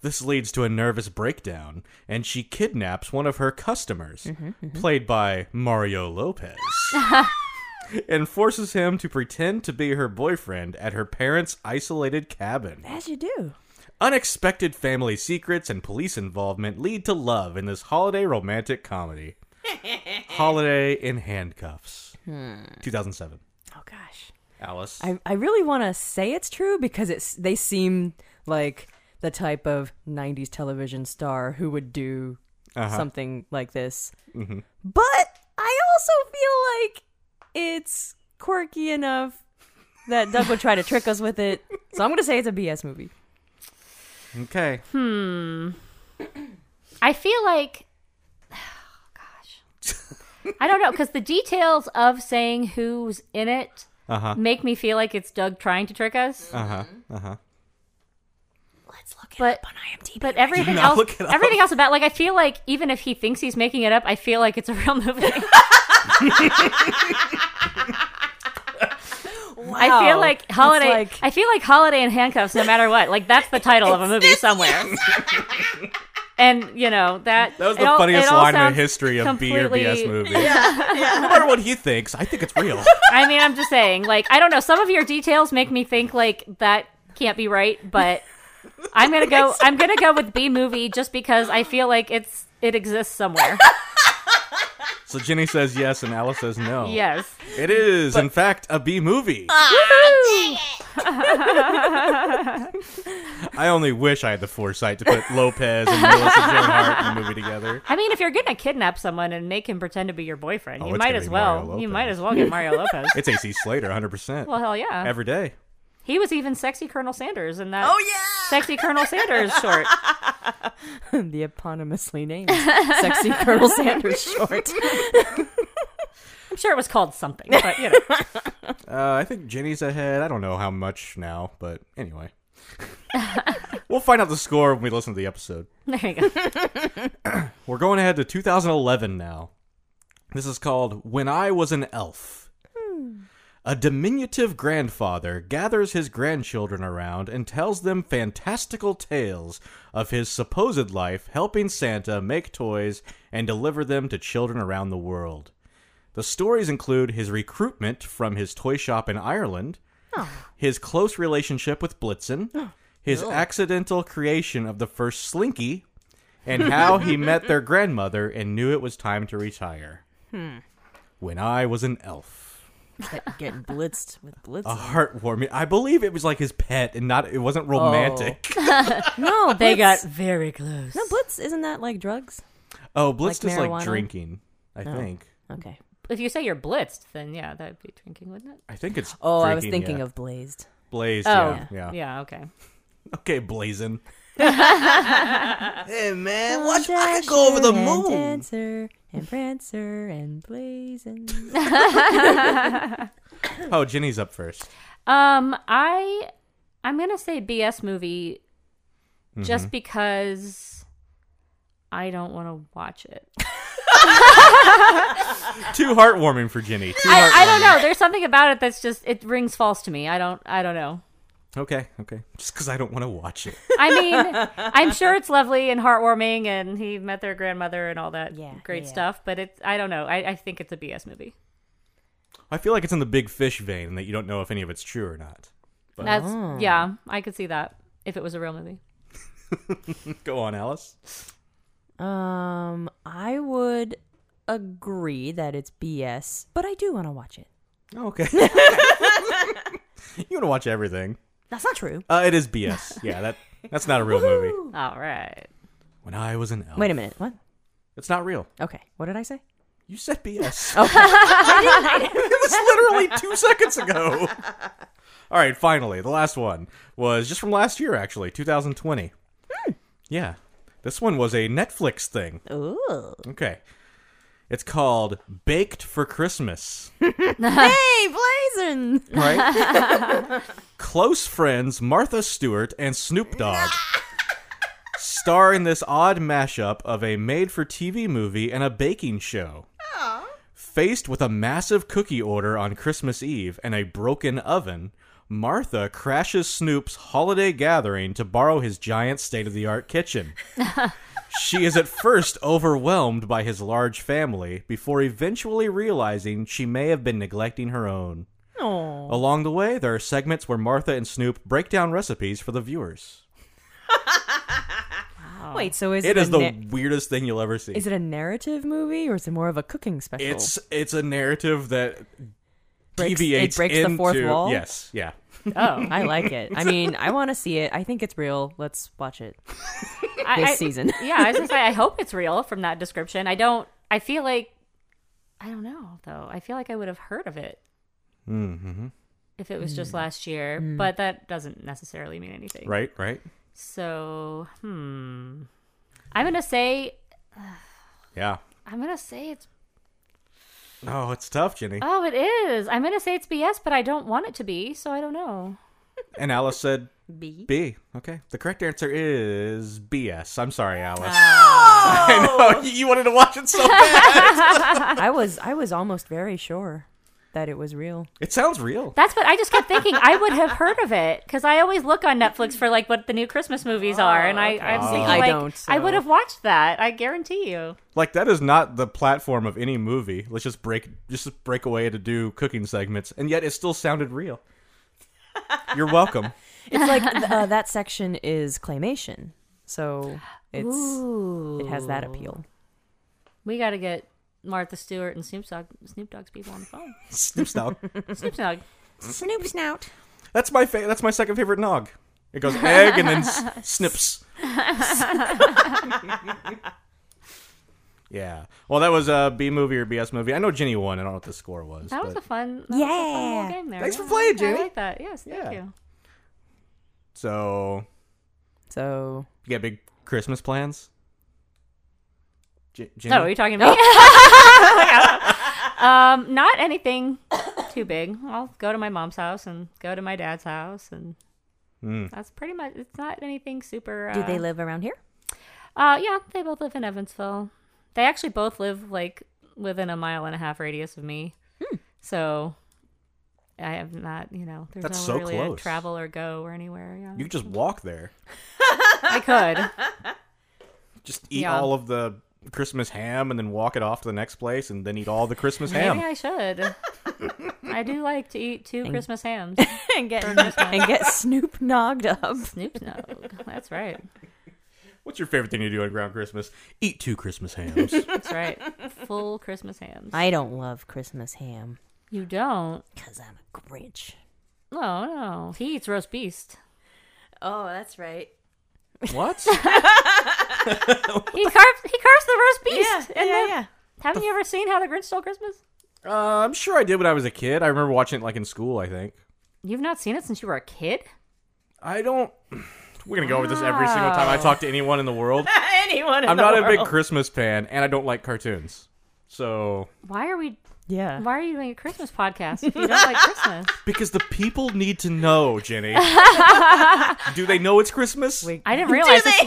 S2: this leads to a nervous breakdown, and she kidnaps one of her customers,
S1: Mm-hmm,
S2: played by Mario Lopez, and forces him to pretend to be her boyfriend at her parents' isolated cabin.
S1: as you do
S2: Unexpected family secrets and police involvement lead to love in this holiday romantic comedy. Holiday in Handcuffs. 2007.
S1: Hmm. oh gosh
S2: Alice.
S1: i, I really want to say it's true because it's they seem like the type of 90s television star who would do
S2: Uh-huh.
S1: something like this
S2: Mm-hmm.
S1: but i also feel like it's quirky enough that doug would try to trick us with it so i'm gonna say it's a bs movie
S2: okay.
S3: I feel like, oh, gosh, I don't know because the details of saying who's in it make me feel like it's Doug trying to trick us. Uh huh. Uh
S2: Uh-huh.
S3: huh. Let's look it up on IMDb. But everything
S2: not
S3: else,
S2: look it up.
S3: everything else about like I feel like even if he thinks he's making it up, I feel like it's a real movie. I feel
S1: Wow.
S3: like
S1: That's
S3: holiday.
S1: like-
S3: I feel like holiday in handcuffs. No matter what, like that's the title of a movie somewhere. and you know that
S2: That was
S3: it
S2: the
S3: all-
S2: funniest
S3: it all
S2: line in the
S3: sounds
S2: history of B or BS
S3: completely-
S2: movies. no matter what he thinks, I think it's real.
S3: I mean, I'm just saying. Like, I don't know. Some of your details make me think like that can't be right, but I'm gonna go. I'm gonna go with B movie just because I feel like it's it exists somewhere.
S2: So Jenny says yes, and Alice says no.
S3: yes.
S2: It is, in fact, a B movie. I only wish I had the foresight to put Lopez and Melissa Joan Hart in a movie together.
S3: I mean, if you're gonna kidnap someone and make him pretend to be your boyfriend,
S2: Oh,
S3: you
S2: it's
S3: might
S2: gonna
S3: as
S2: be
S3: well.
S2: Mario
S3: You
S2: Lopez.
S3: might as well get Mario Lopez.
S2: It's AC Slater, 100%.
S3: well, hell yeah.
S2: Every day.
S3: he was even sexy Colonel Sanders in that
S4: Oh yeah.
S3: sexy Colonel Sanders short.
S1: the eponymously named sexy Colonel Sanders short.
S3: I'm sure it was called something, but you know.
S2: Uh, I think Jenny's ahead. I don't know how much now, but anyway. we'll find out the score when we listen to the episode.
S3: There you go.
S2: We're going ahead to 2011 now. This is called When I Was an Elf. A diminutive grandfather gathers his grandchildren around and tells them fantastical tales of his supposed life helping Santa make toys and deliver them to children around the world. The stories include his recruitment from his toy shop in Ireland, his close relationship with Blitzen, his accidental creation of the first Slinky, and how he met their grandmother and knew it was time to retire. When I was an elf.
S1: Get- Getting blitzed with blitz.
S2: A heartwarming. I believe it was like his pet and not it wasn't romantic. Oh,
S1: no,
S3: They
S1: blitz.
S3: got very close.
S1: no blitz. Isn't that like drugs?
S2: Blitz
S1: Like
S2: Oh, is
S1: marijuana? Oh.
S2: like drinking, I think.
S1: Okay.
S3: If you say you're blitzed, then yeah, that would be drinking, wouldn't it?
S2: I think it's
S1: Oh, I was
S2: drinking,
S1: thinking
S2: yeah.
S1: of blazed.
S2: Blaze, yeah,
S3: Oh,
S2: yeah.
S3: Yeah, okay.
S2: Okay, blazing. hey man, watch I can go over the
S1: And
S2: moon.
S1: dancer and prancer and blazing.
S2: Oh, Jenny's up first.
S3: Um, I I'm gonna say BS movie,
S2: Mm-hmm.
S3: just because I don't want to watch it.
S2: Too heartwarming for Jenny. Too
S3: I, I don't
S2: heartwarming.
S3: know. There's something about it that's just it rings false to me. I don't I don't know.
S2: Okay, okay. Just because I don't want to watch it.
S3: I mean, I'm sure it's lovely and heartwarming, and he met their grandmother and all that
S1: Yeah,
S3: great
S1: yeah.
S3: stuff. But it's I don't know. I, I think it's a BS movie.
S2: I feel like it's in the big fish vein and that you don't know if any of it's true or not.
S3: That's
S1: Oh.
S3: yeah. I could see that if it was a real movie.
S2: Go on, Alice.
S1: Um, I would agree that it's BS, but I do want to watch it.
S2: Oh, okay. you want to watch everything?
S1: That's not true.
S2: Uh, it is BS. Yeah, that that's not a real movie.
S3: All right.
S2: When I was an elf.
S1: Wait a minute. What?
S2: It's not real.
S1: Okay. What did I say?
S2: You said BS. it was literally two seconds ago. All right, finally, the last one was just from last year, actually, 2020.
S1: Hmm.
S2: Yeah, this one was a Netflix thing.
S1: Oh. Ooh.
S2: Okay, it's called Baked for Christmas.
S1: Hey, blazing.
S2: right? Close friends Martha Stewart and Snoop Dogg star in this odd mashup of a made for TV movie and a baking show. Faced with a massive cookie order on Christmas Eve and a broken oven, Martha crashes Snoop's holiday gathering to borrow his giant state of the art kitchen. She is at first overwhelmed by his large family before eventually realizing she may have been neglecting her own. Along the way, there are segments where Martha and Snoop break down recipes for the viewers.
S1: Wait. So is
S2: It
S1: a
S2: is the
S1: na-
S2: weirdest thing you'll ever see.
S1: is it a narrative movie or is it more of a cooking special?
S2: It's it's a narrative that
S1: Breaks- it
S2: deviates
S1: breaks
S2: into
S1: the fourth wall?
S2: Yes, yeah.
S3: Oh,
S1: I like it. I mean, I want to see it. I think it's real. Let's watch it
S3: I,
S1: this
S3: I-
S1: season.
S3: yeah, I was gonna say I hope it's real from that description. I don't. I feel like I don't know though. I feel like I would have heard of it
S2: hmm
S3: if it was just last year, but that doesn't necessarily mean anything.
S2: Right, right.
S3: So, hmm. I'm gonna say
S2: Yeah.
S3: I'm gonna say it's.
S2: Oh, it's tough, Jenny.
S3: Oh, it is. I'm gonna say it's BS, but I don't want it to be, so I don't know.
S2: And Alice said
S1: B.
S2: B. Okay. The correct answer is BS. I'm sorry, Alice.
S4: Oh.
S2: I know you- you wanted to watch it so bad.
S1: I was I was almost very sure that it was real.
S2: it sounds real.
S3: That's what I just kept thinking. I would have heard of it because I always look on Netflix for like what the new Christmas movies are, and I I'm thinking
S1: I
S3: like
S1: don't,
S3: I
S1: so-
S3: would have watched that. I guarantee you.
S2: Like that is not the platform of any movie. Let's just break just break away to do cooking segments, and yet it still sounded real. You're welcome.
S1: It's like th- uh, that section is claymation, so it's
S3: Ooh.
S1: it has that appeal.
S3: We got to get Martha Stewart and Snoop Dogg, Snoop Dogg's people on the phone.
S2: Snoop Dogg.
S3: Snoop Dogg.
S1: Snoop snout.
S2: That's my fa- that's my second favorite nog. It goes egg and then s- snips. yeah. Well, that was a B movie or BS movie. I know Ginny won. I don't know what the score was.
S3: That was
S2: but-
S3: a fun, that yeah. was a fun
S1: Yeah.
S3: little game there.
S2: Thanks for
S3: Yeah,
S2: playing,
S3: I
S2: Jenny.
S3: like that. Yes, thank
S2: Yeah.
S3: you.
S2: so
S1: So
S2: you got big Christmas plans. J- Ginny?
S3: No, Oh, are you talking to me? um, not anything too big. I'll go to my mom's house and go to my dad's house, and
S2: Mm.
S3: that's pretty much. It's not anything super. Uh,
S1: do they live around here?
S3: Uh, yeah, they both live in Evansville. They actually both live like within a mile and a half radius of me. So I have not, you know, there's
S2: That's
S3: no
S2: so
S3: really a
S2: close.
S3: travel or go or anywhere. Yeah.
S2: You could just walk there.
S3: I could.
S2: Just eat
S3: Yeah.
S2: all of the Christmas ham and then walk it off to the next place and then eat all the Christmas ham.
S3: Maybe I should. I do like to eat two Christmas hams.
S1: and get and get Snoop nogged up.
S3: Snoop Dogg. That's right.
S2: What's your favorite thing to do around Christmas? Eat two Christmas hams.
S3: That's right. Full Christmas hams.
S1: I don't love Christmas ham
S3: you don't.
S1: because I'm a Grinch.
S3: No, no. He eats roast beast.
S1: Oh, that's right.
S2: what?
S3: He carves. He carves the roast beast.
S1: yeah,
S3: in
S1: yeah,
S3: the- Haven't you ever seen How the Grinch Stole Christmas?
S2: Uh, I'm sure I did when I was a kid. I remember watching it like in school. I think
S3: You've not seen it since you were a kid.
S2: I don't. We're gonna go over this every single time I talk to anyone in the world.
S1: Anyone?
S2: I'm not a big Christmas fan, and I don't like cartoons. So
S3: Why are we?
S1: Yeah.
S3: Why are you doing a Christmas podcast if you don't like Christmas?
S2: because the people need to know, Jenny. Do they know it's Christmas?
S1: Wait.
S3: I didn't realize. This,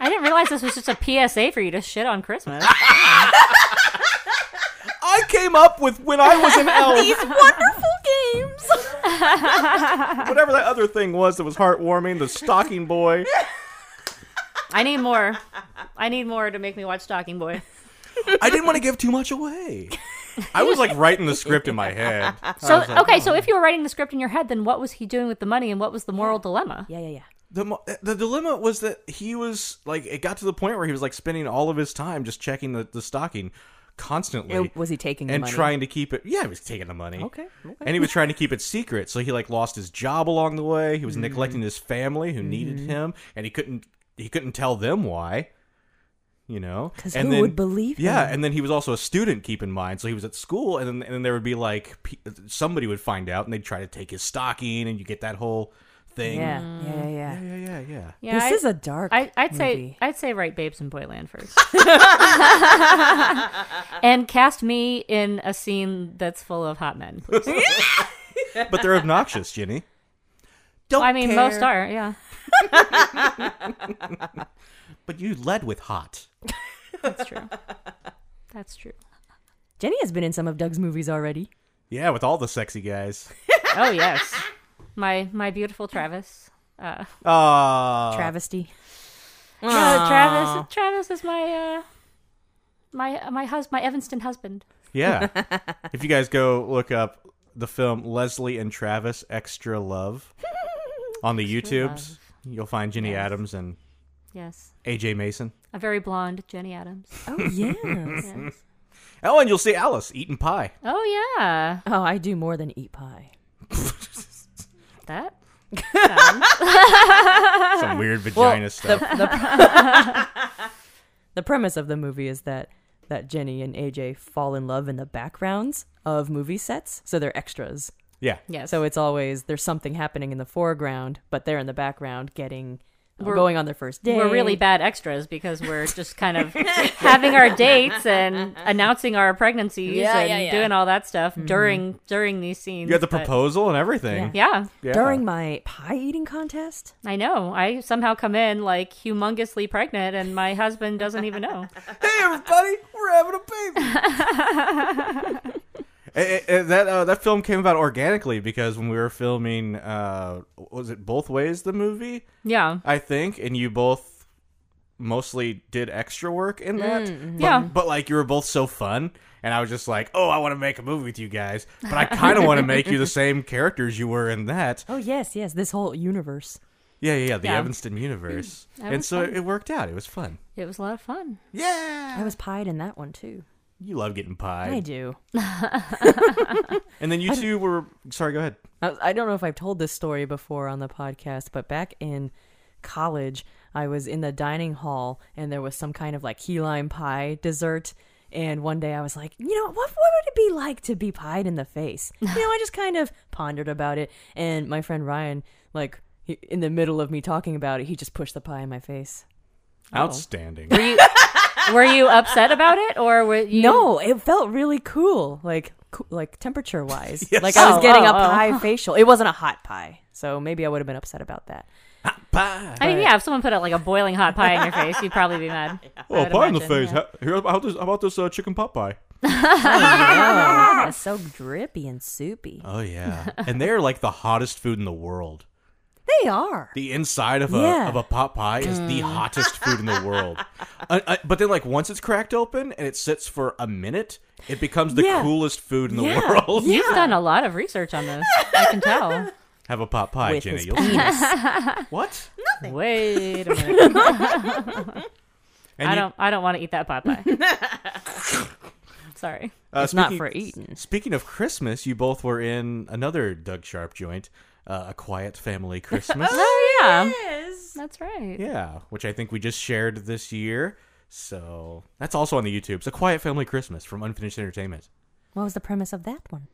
S3: I didn't realize this was just a PSA for you to shit on Christmas.
S2: I came up with when I was an elf.
S1: Wonderful games.
S2: Whatever that other thing was that was heartwarming, the stocking boy.
S3: I need more. I need more to make me watch Stalking Boy.
S2: I didn't want to give too much away. I was like writing the script in my head.
S3: So okay, so if you were writing the script in your head, then what was he doing with the money, and what was the moral dilemma?
S1: Yeah, yeah, yeah.
S2: the mo- the dilemma was that he was like it got to the point where he was like spending all of his time just checking the, the stocking constantly
S1: And was he taking the
S2: and
S1: money?
S2: trying to keep it yeah he was taking the money
S1: Okay, okay.
S2: and he was trying to keep it secret so he like lost his job along the way
S1: Mm-hmm.
S2: he was neglecting his family who needed him and he couldn't he couldn't tell them why you know
S1: 'Cause
S2: And
S1: who would believe
S2: yeah
S1: him?
S2: and then he was also a student keep in mind so he was at school and then, and then there would be like pe- somebody would find out and they'd try to take his stocking and you get that whole thing
S1: Yeah, yeah,
S2: yeah
S1: yeah.
S2: yeah yeah, yeah.
S3: Yeah,
S1: this
S3: I-
S1: is a dark.
S3: I, I'd say
S1: movie.
S3: I'd say write Babes in Boyland first, and cast me in a scene that's full of hot men, please.
S2: but they're obnoxious, Ginny. Don't
S3: I mean,
S2: care,
S3: most are, yeah.
S2: But you led with hot.
S3: That's true. That's true.
S1: Jenny has been in some of Doug's movies already.
S2: Yeah, with all the sexy guys.
S3: Oh yes, my my beautiful Travis. Uh,
S2: Ah,
S1: Travesty.
S3: Tra- Uh, Travis, Travis is my uh, my uh, my hus- my Evanston husband.
S2: yeah. if you guys go look up the film Leslie and Travis Extra Love on the YouTubes, you'll find Ginny Adams and
S3: Yes,
S2: AJ Mason.
S3: a very blonde Jenny Adams.
S1: Oh yes.
S3: Yes.
S2: Oh, and you'll see Alice eating pie.
S3: oh yeah,
S1: oh, I do more than eat pie.
S3: that
S2: Some weird vagina stuff.
S1: The premise of the movie is that that Jenny and AJ fall in love in the backgrounds of movie sets, so they're extras.
S2: yeah.
S3: yes.
S1: So it's always there's something happening in the foreground, but they're in the background getting uh,
S3: We're-
S1: going on their first date.
S3: We're really bad extras because we're just kind of having our dates and announcing our pregnancies
S4: Yeah,
S3: and
S4: yeah, Mm-hmm. yeah.
S3: doing all that stuff during during these scenes.
S2: You got the
S3: but-
S2: proposal and everything.
S3: Yeah,
S2: Yeah.
S1: During my pie eating contest,
S3: I know. I somehow come in like humongously pregnant, and my husband doesn't even know.
S2: hey everybody, we're having a baby. Eh, eh, eh, that uh, that film came about organically because when we were filming, uh, was it both ways the movie?
S3: Yeah,
S2: I think, and you both mostly did extra work in that. But,
S3: Mm, Yeah.
S2: But like you were both so fun, and I was just like, oh, I want to make a movie with you guys, but I kind of want to make you the same characters you were in that.
S1: Oh yes, yes, this whole universe.
S2: Yeah, yeah, yeah, the
S3: Yeah. Mm,
S2: Evanston universe.
S3: That
S2: and
S3: was
S2: so
S3: fun.
S2: it worked out. It was fun.
S3: It was a lot of fun.
S2: Yeah.
S1: I was pied in that one too.
S2: you love getting
S1: I
S2: pie.
S1: do.
S2: And then you two were sorry, go ahead.
S1: I, I don't know if I've told this story before on the podcast, but back in college, I was in the dining hall and there was some kind of like key lime pie dessert. And one day I was like, you know, what, what would it be like to be pied in the face? You know, I just kind of pondered about it. And my friend Ryan, like, he, in the middle of me talking about it, he just pushed the pie in my face.
S3: Oh.
S2: Outstanding.
S3: Were you upset about it, or were you?
S1: No, it felt really cool, like co- like temperature wise.
S2: Yes.
S1: Like I was
S3: Oh,
S1: getting
S3: oh,
S1: a
S3: oh.
S1: pie facial. It wasn't a hot pie, so maybe I would have been upset about that.
S2: pie.
S3: I mean, yeah. If someone put out like a boiling hot pie in your face, you'd probably be mad. I
S2: Oh,
S3: would
S2: pie in the
S3: imagine,
S2: face.
S3: yeah.
S2: How, here, how, this, how about this uh, chicken pot pie?
S1: Oh, it's so drippy and soupy.
S2: Oh yeah, and they're like the hottest food in the world.
S1: They are.
S2: The inside of a
S1: Yeah. Mm.
S2: of a pot pie is the hottest food in the world. Uh, uh, but then, like once it's cracked open and it sits for a minute, it becomes the
S1: Yeah.
S2: coolest food in the
S1: Yeah.
S2: world.
S1: Yeah.
S3: You've done a lot of research on this. I can tell.
S2: Have a pot pie,
S1: With
S2: Jenny.
S1: his
S2: You'll-
S1: penis.
S2: what?
S3: Wait a minute.
S2: And
S3: I
S2: you-
S3: don't. I don't want to eat that pot pie. Sorry.
S2: uh,
S1: it's not for eating.
S2: Speaking of Christmas, you both were in another Doug Sharp joint, uh, a quiet family Christmas.
S3: Oh yeah,
S1: Yes.
S3: that's right.
S2: Yeah, which I think we just shared this year. So that's also on the YouTube. It's a Quiet Family Christmas from Unfinished Entertainment.
S1: What was the premise of that one?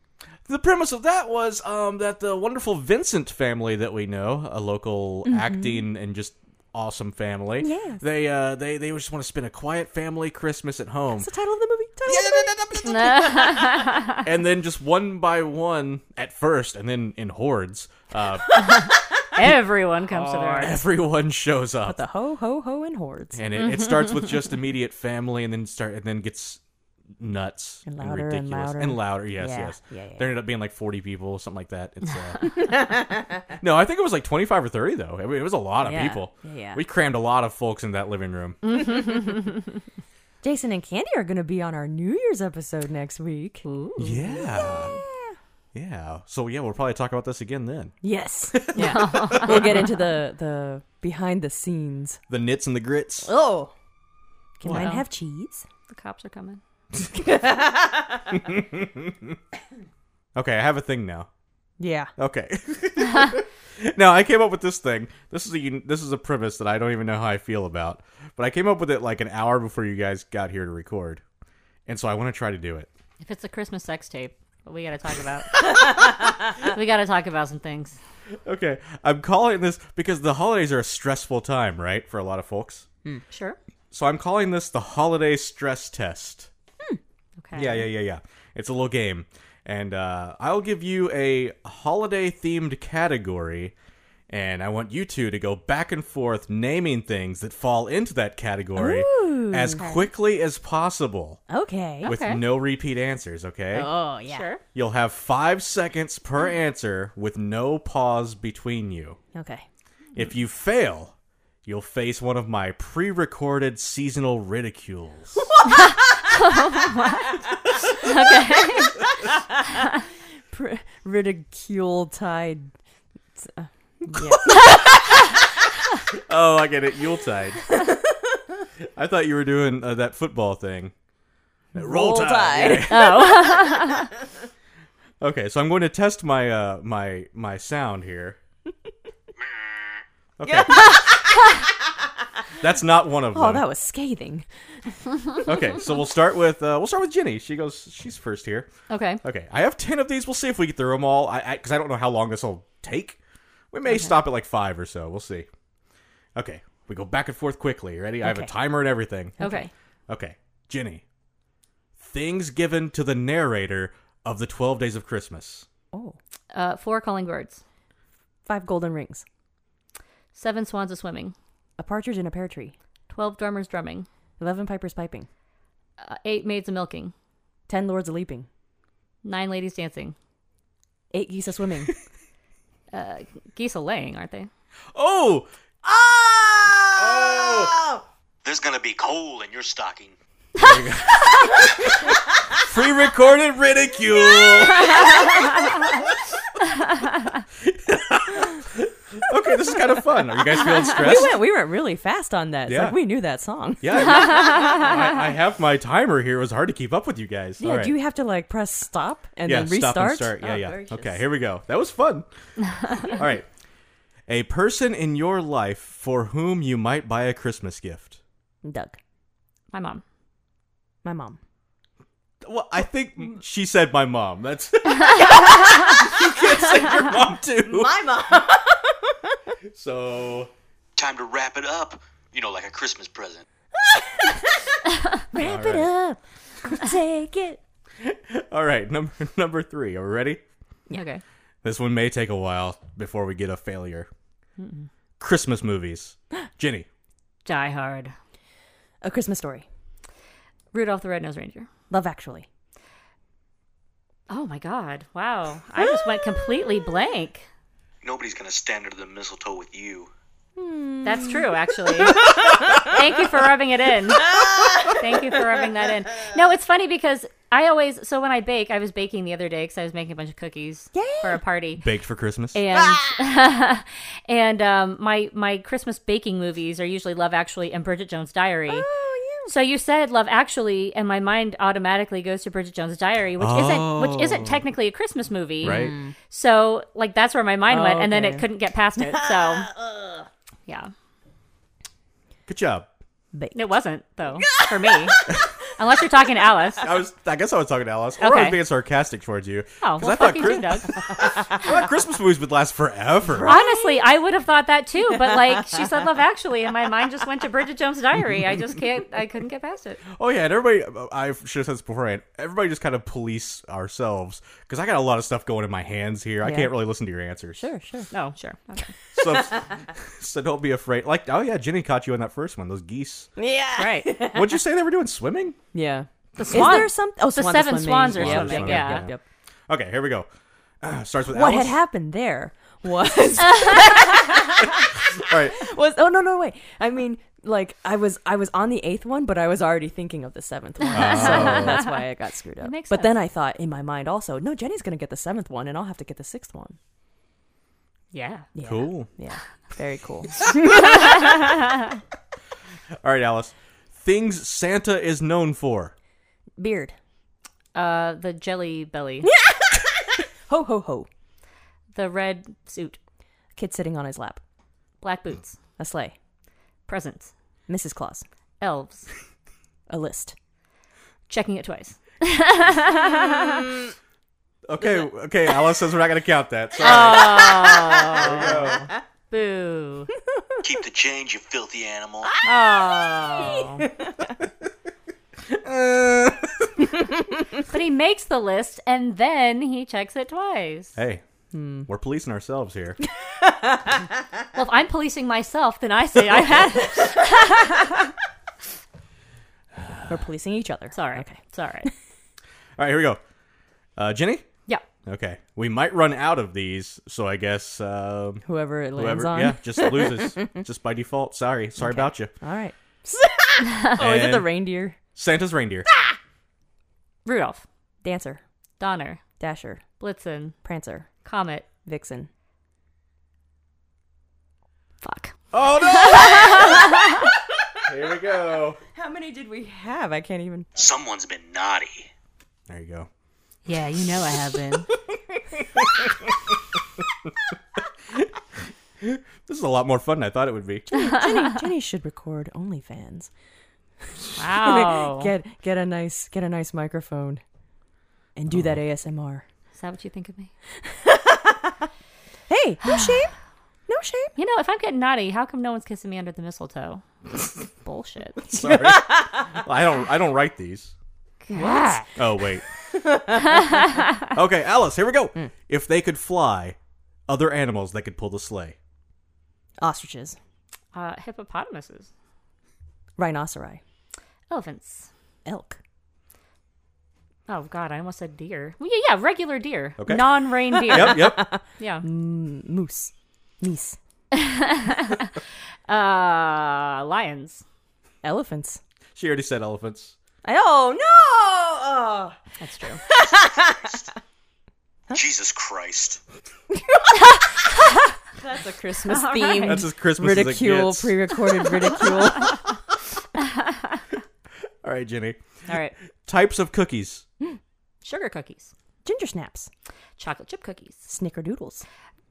S2: The premise of that was um, that the wonderful Vincent family that we know, a local acting and just awesome family,
S1: Mm-hmm. Yes.
S2: they uh, they they just want to spend a quiet family Christmas at home.
S1: It's the title of the movie. Title of the
S2: and then just one by one at first, and then in hordes, uh,
S3: Everyone comes to their art.
S2: everyone shows up.
S1: The ho ho ho in hordes.
S2: and it, it starts with just immediate family and then start and then gets nuts and,
S1: And louder and
S2: ridiculous
S1: louder.
S2: yes
S1: Yeah,
S2: yes
S1: yeah, yeah.
S2: there ended up being like 40 people something like that it's uh... no i think it was like 25 or 30 though I mean, it was a lot of
S1: Yeah,
S2: people
S1: yeah. Mm-hmm.
S2: we crammed a lot of folks in that living room
S1: Jason and Candy are going to be on our New Year's episode next week.
S2: yeah yeah so yeah we'll probably talk about this again then
S1: Yes. Yeah. we'll get into the the behind the scenes.
S2: the knits and the grits
S1: Oh. Can
S2: Wow.
S1: mine have cheese?
S3: The cops are coming.
S2: okay i have a thing now
S1: Yeah.
S2: Okay. now I came up with this thing. This is a un- this is a premise that I don't even know how I feel about, but I came up with it like an hour before you guys got here to record, and so I want to try to do it.
S3: If it's a Christmas sex tape, we got to talk about. we got to talk about some things.
S2: Okay, I'm calling this because the holidays are a stressful time, right, for a lot of folks.
S3: Sure.
S2: So I'm calling this the holiday stress test.
S3: Hmm, Okay.
S2: Yeah, yeah, yeah, yeah. It's a little game, and uh, I'll give you a holiday themed category, and I want you two to go back and forth naming things that fall into that category as quickly as possible
S1: Okay.
S2: with
S3: Okay.
S2: no repeat answers. Okay,
S1: Oh, yeah.
S3: Sure.
S2: you'll have five seconds per
S3: Oh.
S2: answer with no pause between you.
S1: Okay.
S2: If you fail. You'll face one of my pre-recorded seasonal ridicules.
S1: Pr- ridicule tide.
S2: Oh, I get it. Yuletide. I thought you were doing uh, that football thing. Roll,
S1: Tide.
S3: Oh.
S2: Yeah. Okay, so I'm going to test my uh, my my sound here. Okay. That's not one of them.
S1: Oh, that was scathing.
S2: Okay, so we'll start with uh, we'll start with Ginny. She goes. She's first here.
S3: Okay.
S2: Okay, I have ten of these. We'll see if we get through them all. I because I, don't know how long this will take. We may stop at like five or so. We'll see. Okay, we go back and forth quickly. Ready? I have a
S1: Okay.
S2: timer and everything.
S3: Okay.
S2: Okay, Ginny. Things given to the narrator of the Twelve Days of Christmas.
S1: Oh,
S3: Uh, four calling birds.
S1: five golden rings,
S3: Seven swans a swimming.
S1: a partridge in a pear tree,
S3: Twelve drummers drumming.
S1: eleven pipers piping,
S3: Uh, eight maids a milking.
S1: ten lords a leaping,
S3: Nine ladies dancing.
S1: eight geese a swimming.
S3: Uh,
S1: Oh!
S3: geese a laying, aren't they?
S2: Oh!
S4: Oh!
S5: Oh! There's gonna be coal in your stocking.
S2: Pre recorded ridicule. okay, this is kind of fun. Are you guys feeling stressed?
S1: We went, we went really fast on that. It's
S2: Yeah.
S1: like we knew that song.
S2: Yeah. I, I- I have my timer here. It was hard to keep up with you guys.
S1: Yeah,
S2: All right.
S1: do you have to like press stop and
S2: yeah,
S1: then restart?
S2: stop and start. Yeah,
S1: Oh,
S2: yeah.
S1: gorgeous.
S2: Okay, here we go. That was fun. All right. A person in your life for whom you might buy a Christmas gift.
S1: Doug,
S3: My mom.
S1: my mom.
S2: Well, I think she said my mom. That's you can't say your mom too.
S4: My mom.
S2: So
S5: Time to wrap it up. You know, like a Christmas present.
S1: Wrap it up. Take it.
S2: all right, number number three. Are we ready?
S3: Okay.
S2: This one may take a while before we get a failure. Christmas movies. Jenny.
S3: Die Hard.
S1: A Christmas Story.
S3: Rudolph the Red-Nosed Reindeer.
S1: Love Actually.
S3: Oh my God! Wow, I just went completely blank.
S5: Nobody's gonna stand under the mistletoe with you.
S3: That's true, actually. Thank you for rubbing it in. Thank you for rubbing that in. No, it's funny because I always so when I bake, I was baking the other day because I was making a bunch of cookies for a party,
S2: Baked for Christmas.
S3: and
S2: Ah!
S3: and um, my my Christmas baking movies are usually Love Actually and Bridget Jones' Diary.
S1: Oh
S3: So you said Love Actually, and my mind automatically goes to Bridget Jones' Diary, which isn't which
S2: Oh.
S3: isn't technically a Christmas movie,
S2: Right?
S3: So like that's where my mind
S1: Oh,
S3: went, and then
S1: okay.
S3: it couldn't get past it. So yeah.
S2: Good job.
S1: yeah. Bake.
S3: It wasn't though for me, unless you're talking to Alice. Oh,
S2: I was. I guess I was talking to Alice. Or I was
S3: Okay.
S2: being sarcastic towards you. 'Cause
S3: Oh, well,
S2: I
S3: fuck
S2: thought
S3: you,
S2: Chris-
S3: too, Doug.
S2: I thought Christmas movies would last forever.
S3: Honestly, I would have thought that too, but like she said, Love Actually, and my mind just went to Bridget Jones' Diary. I just can't. I couldn't get past it.
S2: Oh yeah, and everybody. I should have said this beforehand. Everybody just kind of police ourselves because I got a lot of stuff going in my hands here. I
S1: Yeah.
S2: can't really listen to your answers.
S1: Sure, sure.
S3: No, sure. Okay.
S2: So, so don't be afraid. Like, oh yeah, Jenny caught you on that first one. Those geese.
S4: Yeah.
S3: Right.
S2: What'd you say they were doing? Swimming?
S1: Yeah.
S3: The
S1: Is
S3: swan.
S1: there some? Oh,
S3: The
S1: swan,
S3: seven
S1: swimming.
S3: swans or
S1: Yep,
S2: something,
S1: yep,
S2: yeah.
S1: yep, yep.
S2: Okay, here we go. Uh, starts with
S1: What had
S2: Alice.
S1: happened there was
S2: All right.
S1: was oh no no wait I mean like I was I was on the eighth one but I was already thinking of the seventh one so that's why I got screwed up.
S3: makes
S1: But then I thought in my mind also no Jenny's gonna get the seventh one and I'll have to get the sixth one.
S3: Yeah.
S1: Yeah.
S2: Cool.
S1: Yeah, very cool.
S2: All right, Alice. Things Santa is known for.
S1: Beard.
S3: Uh, the jelly belly,
S1: Ho ho ho.
S3: the red suit,
S1: Kid sitting on his lap.
S3: black boots,
S1: A sleigh.
S3: presents,
S1: Mrs. Claus.
S3: elves,
S1: A list.
S3: checking it twice.
S2: Okay, okay. Alice says we're not gonna count that. Sorry.
S1: Uh,
S3: Boo.
S5: Keep the change, you filthy animal.
S3: Oh.
S2: Uh,
S3: but he makes the list and then he checks it twice.
S2: hey,
S1: hmm.
S2: we're policing ourselves here.
S3: Well, if I'm policing myself, then I say I had it.
S1: We're policing each other.
S3: Sorry.
S1: Okay.
S3: Sorry.
S2: All right, here we go. Uh, Jenny.
S3: Yeah.
S2: Okay, we might run out of these, so I guess um,
S1: Whoever it lands
S2: whoever,
S1: on.
S2: yeah, just loses, just by default. Sorry, sorry about you.
S1: All right. oh, is it the Ah!
S2: And
S1: reindeer?
S2: Santa's reindeer?
S3: Rudolph,
S1: Dancer.
S3: Donner,
S1: Dasher.
S3: Blitzen,
S1: Prancer.
S3: Comet.
S1: Vixen.
S3: Fuck.
S2: oh no! here we go.
S1: How many did we have? I can't even.
S5: Someone's been naughty.
S2: There you go.
S3: Yeah, you know I have been.
S2: This is a lot more fun than I thought it would be.
S1: Jenny, Jenny should record OnlyFans.
S3: Wow.
S1: Get get a nice get a nice microphone, and do
S3: Oh.
S1: that ASMR.
S3: Is that what you think of me?
S1: Hey, no shame, no shame.
S3: You know, if I'm getting naughty, how come no one's kissing me under the mistletoe? Bullshit.
S2: Sorry, I don't. I don't write these.
S3: What?
S2: Oh wait. okay, Alice. Here we go.
S1: Hmm.
S2: If they could fly, other animals that could pull the sleigh.
S1: Ostriches,
S3: Uh, hippopotamuses,
S1: rhinoceri,
S3: elephants.
S1: elk,
S3: Oh God, I almost said deer. Well, yeah, yeah, regular deer,
S2: Okay.
S3: non-reindeer.
S2: Yep, yep.
S3: Yeah.
S1: m- moose, meese,
S3: Uh, lions,
S1: Elephants.
S2: She already said elephants.
S1: I- Oh no! Oh.
S3: That's true.
S5: Jesus Christ.
S4: That's a Christmas theme.
S2: That's as Christmas
S1: Ridicule,
S2: as it gets.
S1: pre-recorded ridicule.
S2: All right, Jenny.
S3: All right.
S2: Types of cookies.
S3: Sugar cookies,
S1: Ginger snaps,
S3: chocolate chip cookies,
S1: snickerdoodles,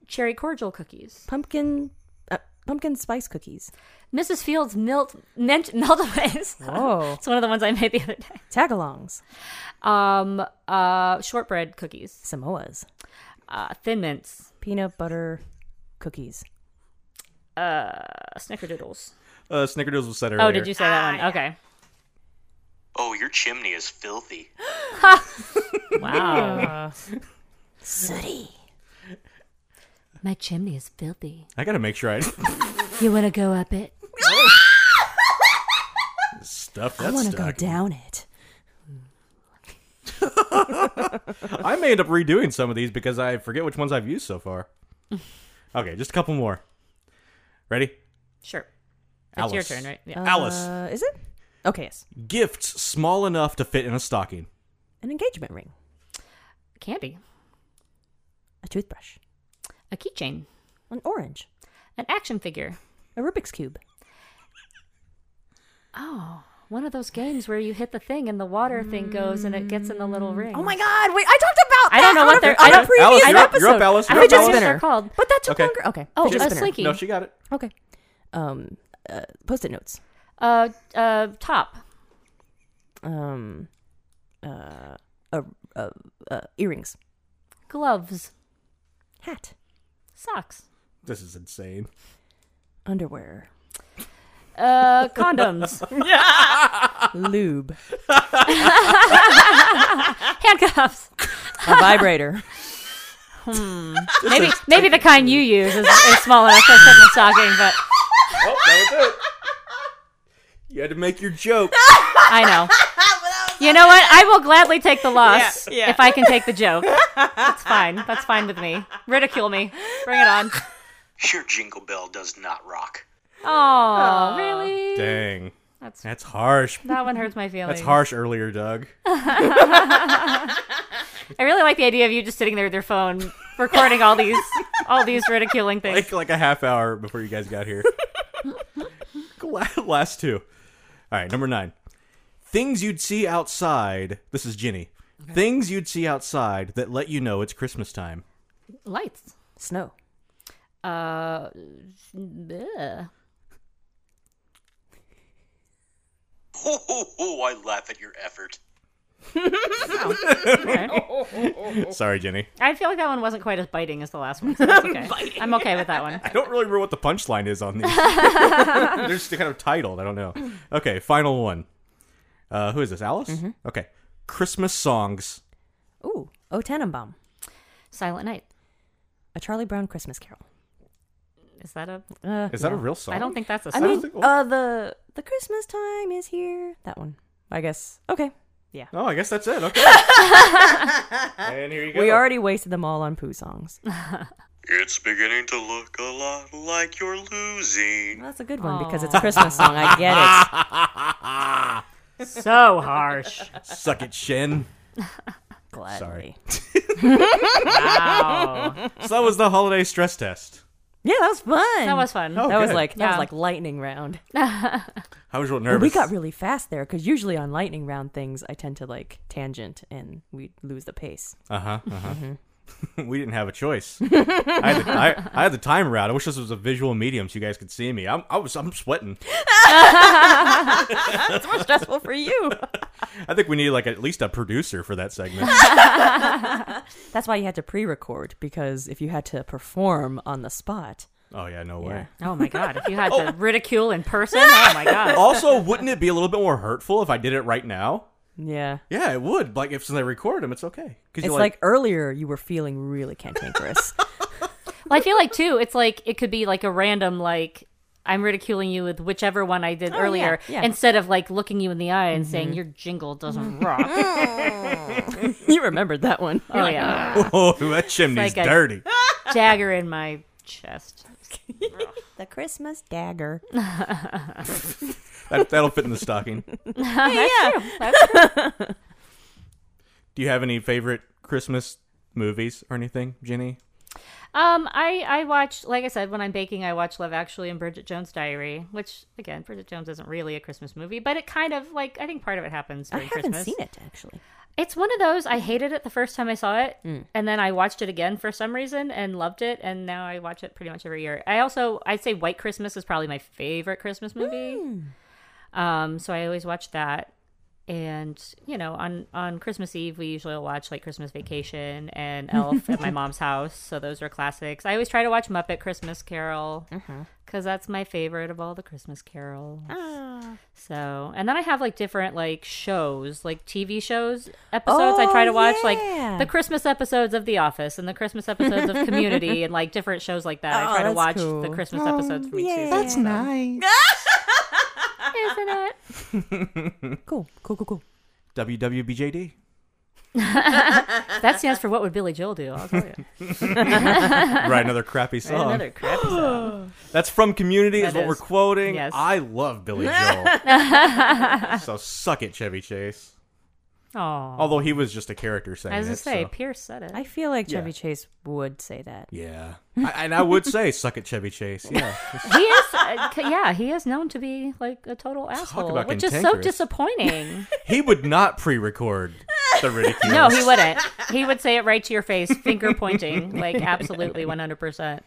S3: cherry cordial cookies,
S1: pumpkin, uh, pumpkin spice cookies.
S3: Mrs. Fields melt melt meltaways.
S1: Oh,
S3: It's one of the ones I made the other day.
S1: tagalongs,
S3: Um, uh, shortbread cookies,
S1: Samoas,
S3: uh, thin mints,
S1: peanut butter cookies.
S3: uh, snickerdoodles.
S2: Uh, Snickerdoodles was said earlier.
S3: Oh, did you say that one? Okay.
S5: Oh, your chimney is filthy.
S3: Wow.
S1: Sooty.
S3: My chimney is filthy.
S2: I gotta make sure I
S3: You want to go up it?
S2: stuff
S1: I
S2: that
S1: want to go
S2: stuck.
S1: down it.
S2: I may end up redoing some of these because I forget which ones I've used so far. Okay, just a couple more. Ready?
S3: Sure. It's your
S2: Alice.
S3: turn, right? Yeah.
S2: Alice.
S1: Uh, is it? Okay, yes.
S2: Gifts small enough to fit in a stocking.
S1: An engagement ring,
S3: Candy,
S1: a toothbrush,
S3: a keychain,
S1: an orange,
S3: an action figure.
S1: a Rubik's cube.
S3: Oh, one of those games where you hit the thing and the water thing goes and it gets in the little ring.
S1: Oh my god, wait, I talked about
S3: I don't
S1: that
S3: know what
S1: on a-
S3: they're-
S1: on
S3: I
S1: a
S3: don't-
S1: previous
S2: Alice, you're up-
S1: episode.
S2: you're up, Alice,
S3: I
S2: you're up,
S3: don't know
S1: fidget
S3: what
S2: Alice.
S3: they're
S1: spinner.
S3: called.
S1: But that took
S2: Okay.
S1: longer. Okay.
S3: Oh,
S1: fidget
S3: a
S1: spinner.
S3: slinky.
S2: No, she got it.
S1: Okay. Um uh, post-it notes.
S3: Uh, uh, top.
S1: Um uh, uh, uh, uh earrings.
S3: gloves,
S1: Hat.
S3: socks,
S2: This is insane.
S1: Underwear.
S3: uh, condoms,
S1: Lube.
S3: handcuffs.
S1: A vibrator.
S3: Maybe maybe the kind you use is, is small enough to fit in the stocking, but
S2: Oh, that was it. You had to make your joke.
S3: I know. You know what? I will gladly take the loss
S4: Yeah, yeah.
S3: if I can take the joke. That's fine. That's fine with me. Ridicule me. Bring it on.
S5: Your jingle bell does not rock.
S3: Oh, really?
S2: Dang.
S3: That's
S2: That's harsh.
S3: that one hurts my feelings.
S2: That's harsh earlier, Doug.
S3: I really like the idea of you just sitting there with your phone, recording all these all these ridiculing things.
S2: like like a half hour before you guys got here. La- Last two. All right, number nine. Things you'd see outside. This is Ginny. Things you'd see outside that let you know it's Christmas time.
S3: Lights.
S1: Snow.
S3: Uh, bleh.
S5: Ho, ho, ho, I laugh at your effort.
S3: Oh.
S2: Sorry, Ginny.
S3: I feel like that one wasn't quite as biting as the last one. So that's okay. I'm okay with that one.
S2: I don't really remember what the punchline is on these. They're just kind of titled. I don't know. Okay, final one. Uh, who is this? Alice?
S3: Mm-hmm.
S2: Okay. Christmas songs.
S1: Ooh, O Tannenbaum.
S3: Silent Night.
S1: A Charlie Brown Christmas Carol.
S3: Is that a?
S1: Uh,
S2: Is that a real song?
S3: I don't think that's a
S1: I
S3: song.
S1: mean,
S2: think-
S1: uh, the the Christmas time is here. That one, I guess. Okay,
S2: Oh, I guess that's it. Okay. and here you go.
S1: we already wasted them all on poo songs. um,
S5: It's beginning to look a lot like you're losing.
S1: That's a good one because it's a Christmas song. I get it.
S3: so harsh.
S2: Suck it, Shin.
S1: Gladly.
S2: Sorry.
S3: Wow.
S2: So that was the holiday stress test.
S1: Yeah, that was fun.
S3: That was fun.
S2: Oh,
S1: that was
S2: good.
S1: like that
S3: Yeah.
S1: was like lightning round.
S2: I was real
S1: But
S2: nervous.
S1: we got really fast there because usually on lightning round things, I tend to like tangent and we lose the pace.
S2: uh huh. Uh huh. we didn't have a choice. I, had the, I, I had the timer out. I wish this was a visual medium so you guys could see me. I'm, I was I'm sweating.
S1: Stressful for you.
S2: I think we need like at least a producer for that segment.
S1: That's why you had to pre-record because if you had to perform on the spot,
S2: oh yeah, no way.
S3: Oh my god! If you had to ridicule in person, oh my god.
S2: Also, wouldn't it be a little bit more hurtful if I did it right now?
S1: yeah.
S2: Yeah, it would. Like if since I recorded them, it's okay. Because
S1: It's like, earlier you were feeling really cantankerous.
S3: Well, I feel like too. It's like it could be like a random like. I'm ridiculing you with whichever one I did earlier,
S1: yeah.
S3: instead of like looking you in the eye and saying your jingle doesn't rock.
S1: you remembered that one.
S3: Mm-hmm. oh yeah,
S2: oh, that chimney's
S3: It's like a-
S2: dirty.
S3: dagger in my chest.
S1: The Christmas dagger.
S2: That, that'll fit in the stocking.
S3: That's true. That's-
S2: Do you have any favorite Christmas movies or anything, Ginny?
S3: um, I I watched like I said when I'm baking, I watch Love Actually and Bridget Jones' Diary, which again, Bridget Jones isn't really a Christmas movie, but it kind of like I think part of it happens
S1: I
S3: during
S1: haven't
S3: Christmas.
S1: seen it actually.
S3: It's one of those I hated it the first time I saw it, and then I watched it again for some reason and loved it, and now I watch it pretty much every year. I also I'd say White Christmas is probably my favorite Christmas movie, um, so I always watch that. And you know, on on Christmas Eve we usually will watch like Christmas Vacation and Elf at my mom's house, so those are classics. I always try to watch Muppet Christmas Carol because that's my favorite of all the Christmas carols.
S1: Ah.
S3: So, and then I have like different like shows, like TV shows episodes. I try to
S1: Oh,
S3: watch
S1: yeah.
S3: like the Christmas episodes of The Office and the Christmas episodes of Community and like different shows like that.
S1: Oh,
S3: I try to
S1: that's
S3: watch
S1: cool.
S3: the Christmas episodes for each
S1: yeah.
S3: season.
S1: That's
S3: so.
S2: nice.
S3: Isn't it?
S1: Cool, cool, cool, cool.
S2: WWBJD.
S3: That stands for what would Billy Joel do? I'll tell you.
S2: Write another crappy
S1: Oh,
S2: song.
S3: Another crappy song.
S2: That's from Community, is
S3: That
S2: what we're
S3: is.
S2: quoting.
S3: Yes.
S2: I love Billy Joel. so suck it, Chevy Chase.
S3: Oh,
S2: Although he was just a character saying
S3: I was gonna
S2: it,
S3: say
S2: so-
S3: Pierce said it.
S1: I feel like Chevy
S2: Yeah.
S1: Chase would say that.
S2: Yeah, I, and I would say suck it, Chevy Chase. Yeah,
S3: he is, uh, c- yeah, he is known to be like a total asshole,
S2: about
S3: which is so
S2: cantankerous.
S3: disappointing.
S2: he would not pre-record the ridiculous.
S3: No, he wouldn't. He would say it right to your face, finger pointing, like absolutely 100%.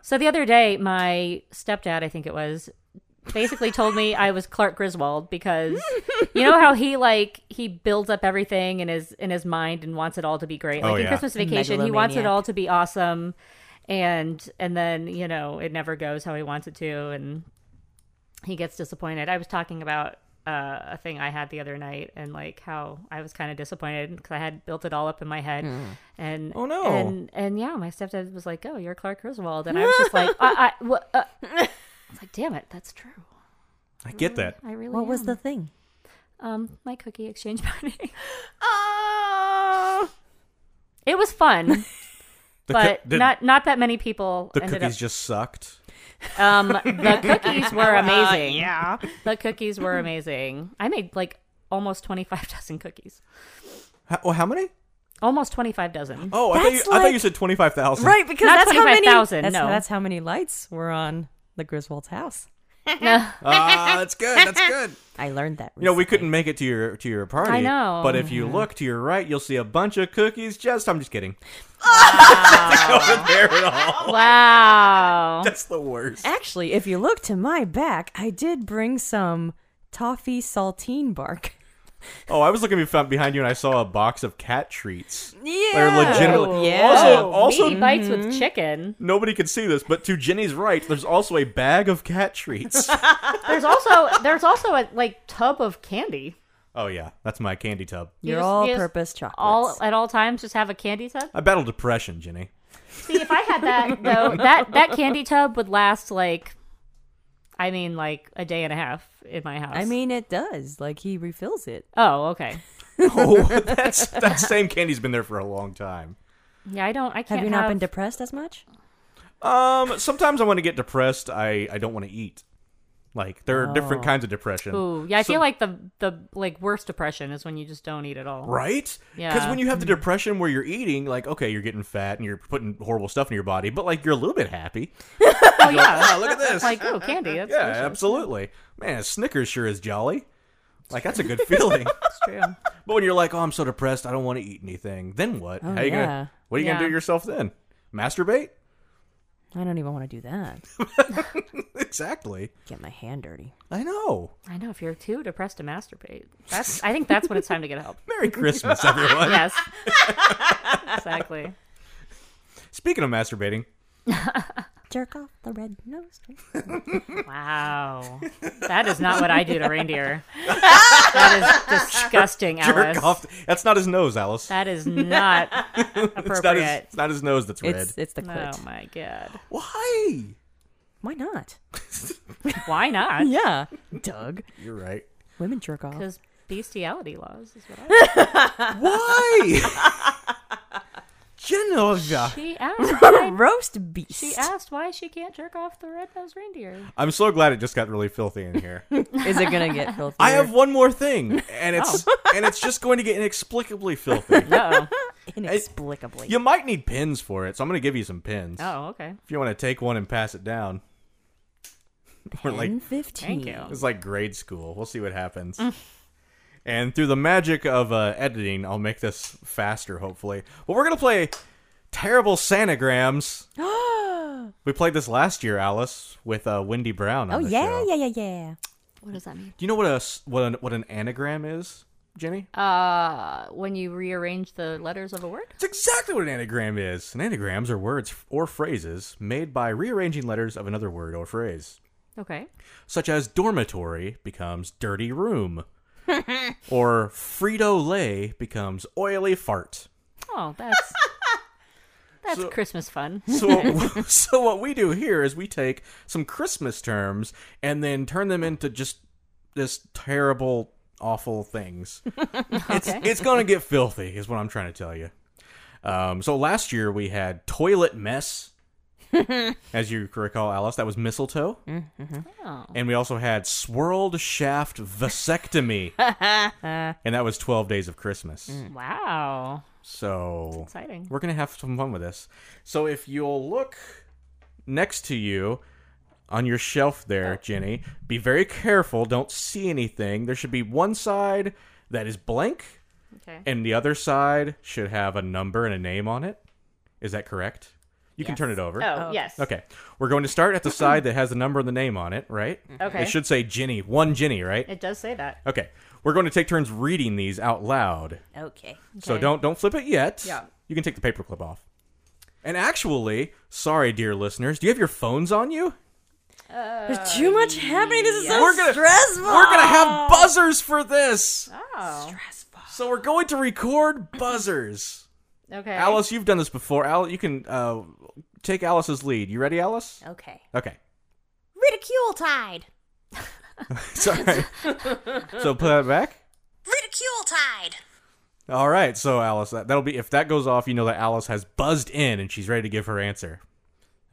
S3: So the other day, my stepdad, I think it was, basically told me I was Clark Griswold because you know how he like he builds up everything in his in his mind and wants it all to be great. Like
S2: Oh,
S3: in
S2: yeah.
S3: Christmas Vacation, he wants it
S1: Megalomaniac.
S3: all to be awesome and and then, you know, it never goes how he wants it to and he gets disappointed. I was talking about uh, a thing I had the other night and like how I was kind of disappointed because I had built it all up in my head.
S1: Hmm.
S3: And
S2: Oh, no.
S3: And and yeah, my stepdad was like, "Oh, you're Clark Griswold," and I was just like, "I, I what?" Uh. I was like, "Damn it, that's true.
S2: I get that.
S3: I really."
S1: What was
S3: am."
S1: the thing?
S3: um my cookie exchange party?
S4: Oh.
S3: it was fun,
S2: The coo-
S3: but
S2: the,
S3: not not that many people.
S2: the
S3: ended
S2: cookies
S3: up-
S2: just sucked.
S3: um, the cookies were amazing.
S4: yeah.
S3: the cookies were amazing. I made like almost twenty five dozen cookies.
S2: How, well, how many?
S3: Almost twenty five dozen.
S2: Oh, I thought, you,
S1: That's
S2: I thought you
S1: like-
S2: said twenty-five thousand.
S1: Right, because
S3: Not
S1: that's how many.
S3: 25,000,
S1: that's,
S3: no.
S1: that's how many lights were on the Griswold's house.
S3: No.
S2: Ah, that's good. That's good.
S1: I learned that.
S2: You know, we
S1: recently.
S2: couldn't make it to your to your party.
S3: I know.
S2: But if you look to your right, you'll see a bunch of cookies. Just, I'm just kidding. Over there at
S1: Oh
S2: all.
S3: Wow.
S2: That's the worst.
S1: Actually, if you look to my back, I did bring some toffee saltine bark.
S2: Oh, I was looking bef- behind you and I saw a box of cat treats.
S1: Yeah,
S2: They're legitimately.
S1: Yeah.
S2: Also, also
S3: Oh, meaty bites
S1: mm-hmm.
S3: with chicken.
S2: nobody can see this, but to Jenny's right, there's also a bag of cat treats.
S3: There's also there's also a like tub of candy.
S2: oh yeah, that's my candy tub.
S1: Your
S3: You just- you just-
S1: all-purpose chocolates.
S3: All at all times, just have a candy tub.
S2: I battle depression, Jenny.
S3: See, if I had that though, that that candy tub would last like, I mean, like a day and a half in my house.
S1: I mean, it does. Like he refills it.
S3: oh, okay.
S2: Oh, that's that same candy's been there for a long time.
S3: Yeah, I don't. I can't.
S1: Have you not been depressed as much?
S2: Um, sometimes I want to get depressed. I I don't want to eat. Like there are different kinds of depression.
S3: Oh. Ooh, yeah. I
S2: So-
S3: feel like the the like worst depression is when you just don't eat at all.
S2: Right? Because
S3: Yeah.
S2: when you have the depression where you're eating, like, okay, you're getting fat and you're putting horrible stuff in your body, but like you're a little bit happy.
S3: Oh yeah.
S2: Oh, look at this.
S3: like oh, candy. That's
S2: yeah,
S3: delicious.
S2: absolutely. Man, Snickers sure is jolly. Like that's a good feeling.
S3: That's true.
S2: but when you're like, oh, I'm so depressed, I don't want to eat anything. Then what? How you
S1: yeah.
S2: gonna? What are you gonna
S3: Oh, Yeah.
S2: do to yourself then? Masturbate?
S1: I don't even want to do that.
S2: exactly.
S1: Get my hand dirty.
S2: I know.
S3: I know if you're too depressed to masturbate, that's I think that's when it's time to get help.
S2: Merry Christmas, everyone.
S3: Yes. exactly.
S2: Speaking of masturbating,
S1: Jerk off the red nose.
S3: Wow. That is not what I do to reindeer. That is disgusting, Alice.
S2: jerk off. That's not his nose, Alice.
S3: That is not
S2: It's not, his,
S3: appropriate.
S2: it's not his nose that's red.
S1: It's it's the clit.
S3: Oh my god.
S2: Why?
S1: Why not?
S3: Why not?
S1: Yeah, Doug.
S2: You're right.
S1: Women jerk off.
S3: Because bestiality laws is what I
S2: Why? Jenna,
S6: Georgia.
S3: She asked. Why,
S1: Roast beast.
S3: she asked why she can't jerk off the red-nosed reindeer.
S6: I'm so glad it just got really filthy in here.
S1: Is it gonna get filthy?
S2: I have one more thing, and it's
S3: Oh.
S2: and it's just going to get inexplicably filthy.
S3: No.
S1: inexplicably.
S2: You might need pins for it, so I'm going to give you some pins.
S3: oh, okay.
S2: If you want to take one and pass it down. We're like
S1: Pen fifteen.
S3: Thank you.
S2: it's like grade school. We'll see what happens. and through the magic of uh, editing, I'll make this faster, hopefully. But we're gonna play terrible Santagrams. we played this last year, Alice, with uh, Wendy Brown.
S1: Oh
S2: On the
S1: yeah,
S2: show.
S1: yeah, yeah, yeah.
S3: What does that mean?
S2: Do you know what a s- what an, what an anagram is, Jenny?
S3: Uh, when you rearrange the letters of a word.
S2: It's exactly what an anagram is. And anagrams are words f- or phrases made by rearranging letters of another word or phrase,
S3: Okay.
S2: such as dormitory becomes dirty room, or Frito Lay becomes oily fart.
S3: Oh, that's that's Christmas fun.
S2: So, what, so what we do here is we take some Christmas terms and then turn them into just this terrible, awful things. It's it's gonna get filthy, is what I'm trying to tell you. Um, so last year we had toilet mess, as you recall, Alice. That was mistletoe,
S3: Oh.
S2: and we also had swirled shaft vasectomy, and that was twelve days of Christmas.
S3: Mm. Wow.
S2: So
S3: Exciting.
S2: we're gonna have some fun with this. So if you'll look next to you on your shelf
S3: Oh.
S2: there, Jenny, be very careful. Don't see anything. There should be one side that is blank,
S3: Okay.
S2: and the other side should have a number and a name on it. Is that correct? You can turn it over.
S3: Oh, yes.
S2: Okay. We're going to start at the side that has the number and the name on it, right?
S3: Okay.
S2: It should say Jenny, one Jenny, right?
S3: It does say that.
S2: Okay. We're going to take turns reading these out loud.
S1: Okay.
S2: So
S3: Okay.
S2: don't don't flip it yet.
S3: Yeah.
S2: You can take the paperclip off. And actually, sorry, dear listeners, do you have your phones on you?
S1: There's too much happening. This is so
S2: We're gonna-
S1: stressful.
S2: We're gonna have buzzers for this.
S3: Oh.
S2: So we're going to record buzzers.
S3: Okay.
S2: Alice, you've done this before. Al, you can uh, take Alice's lead. You ready, Alice?
S1: Okay.
S2: Okay.
S4: Ridicule tide.
S2: Sorry. so put that back.
S4: Ridicule tide.
S2: All right. So Alice, that, that'll be if that goes off, you know that Alice has buzzed in and she's ready to give her answer.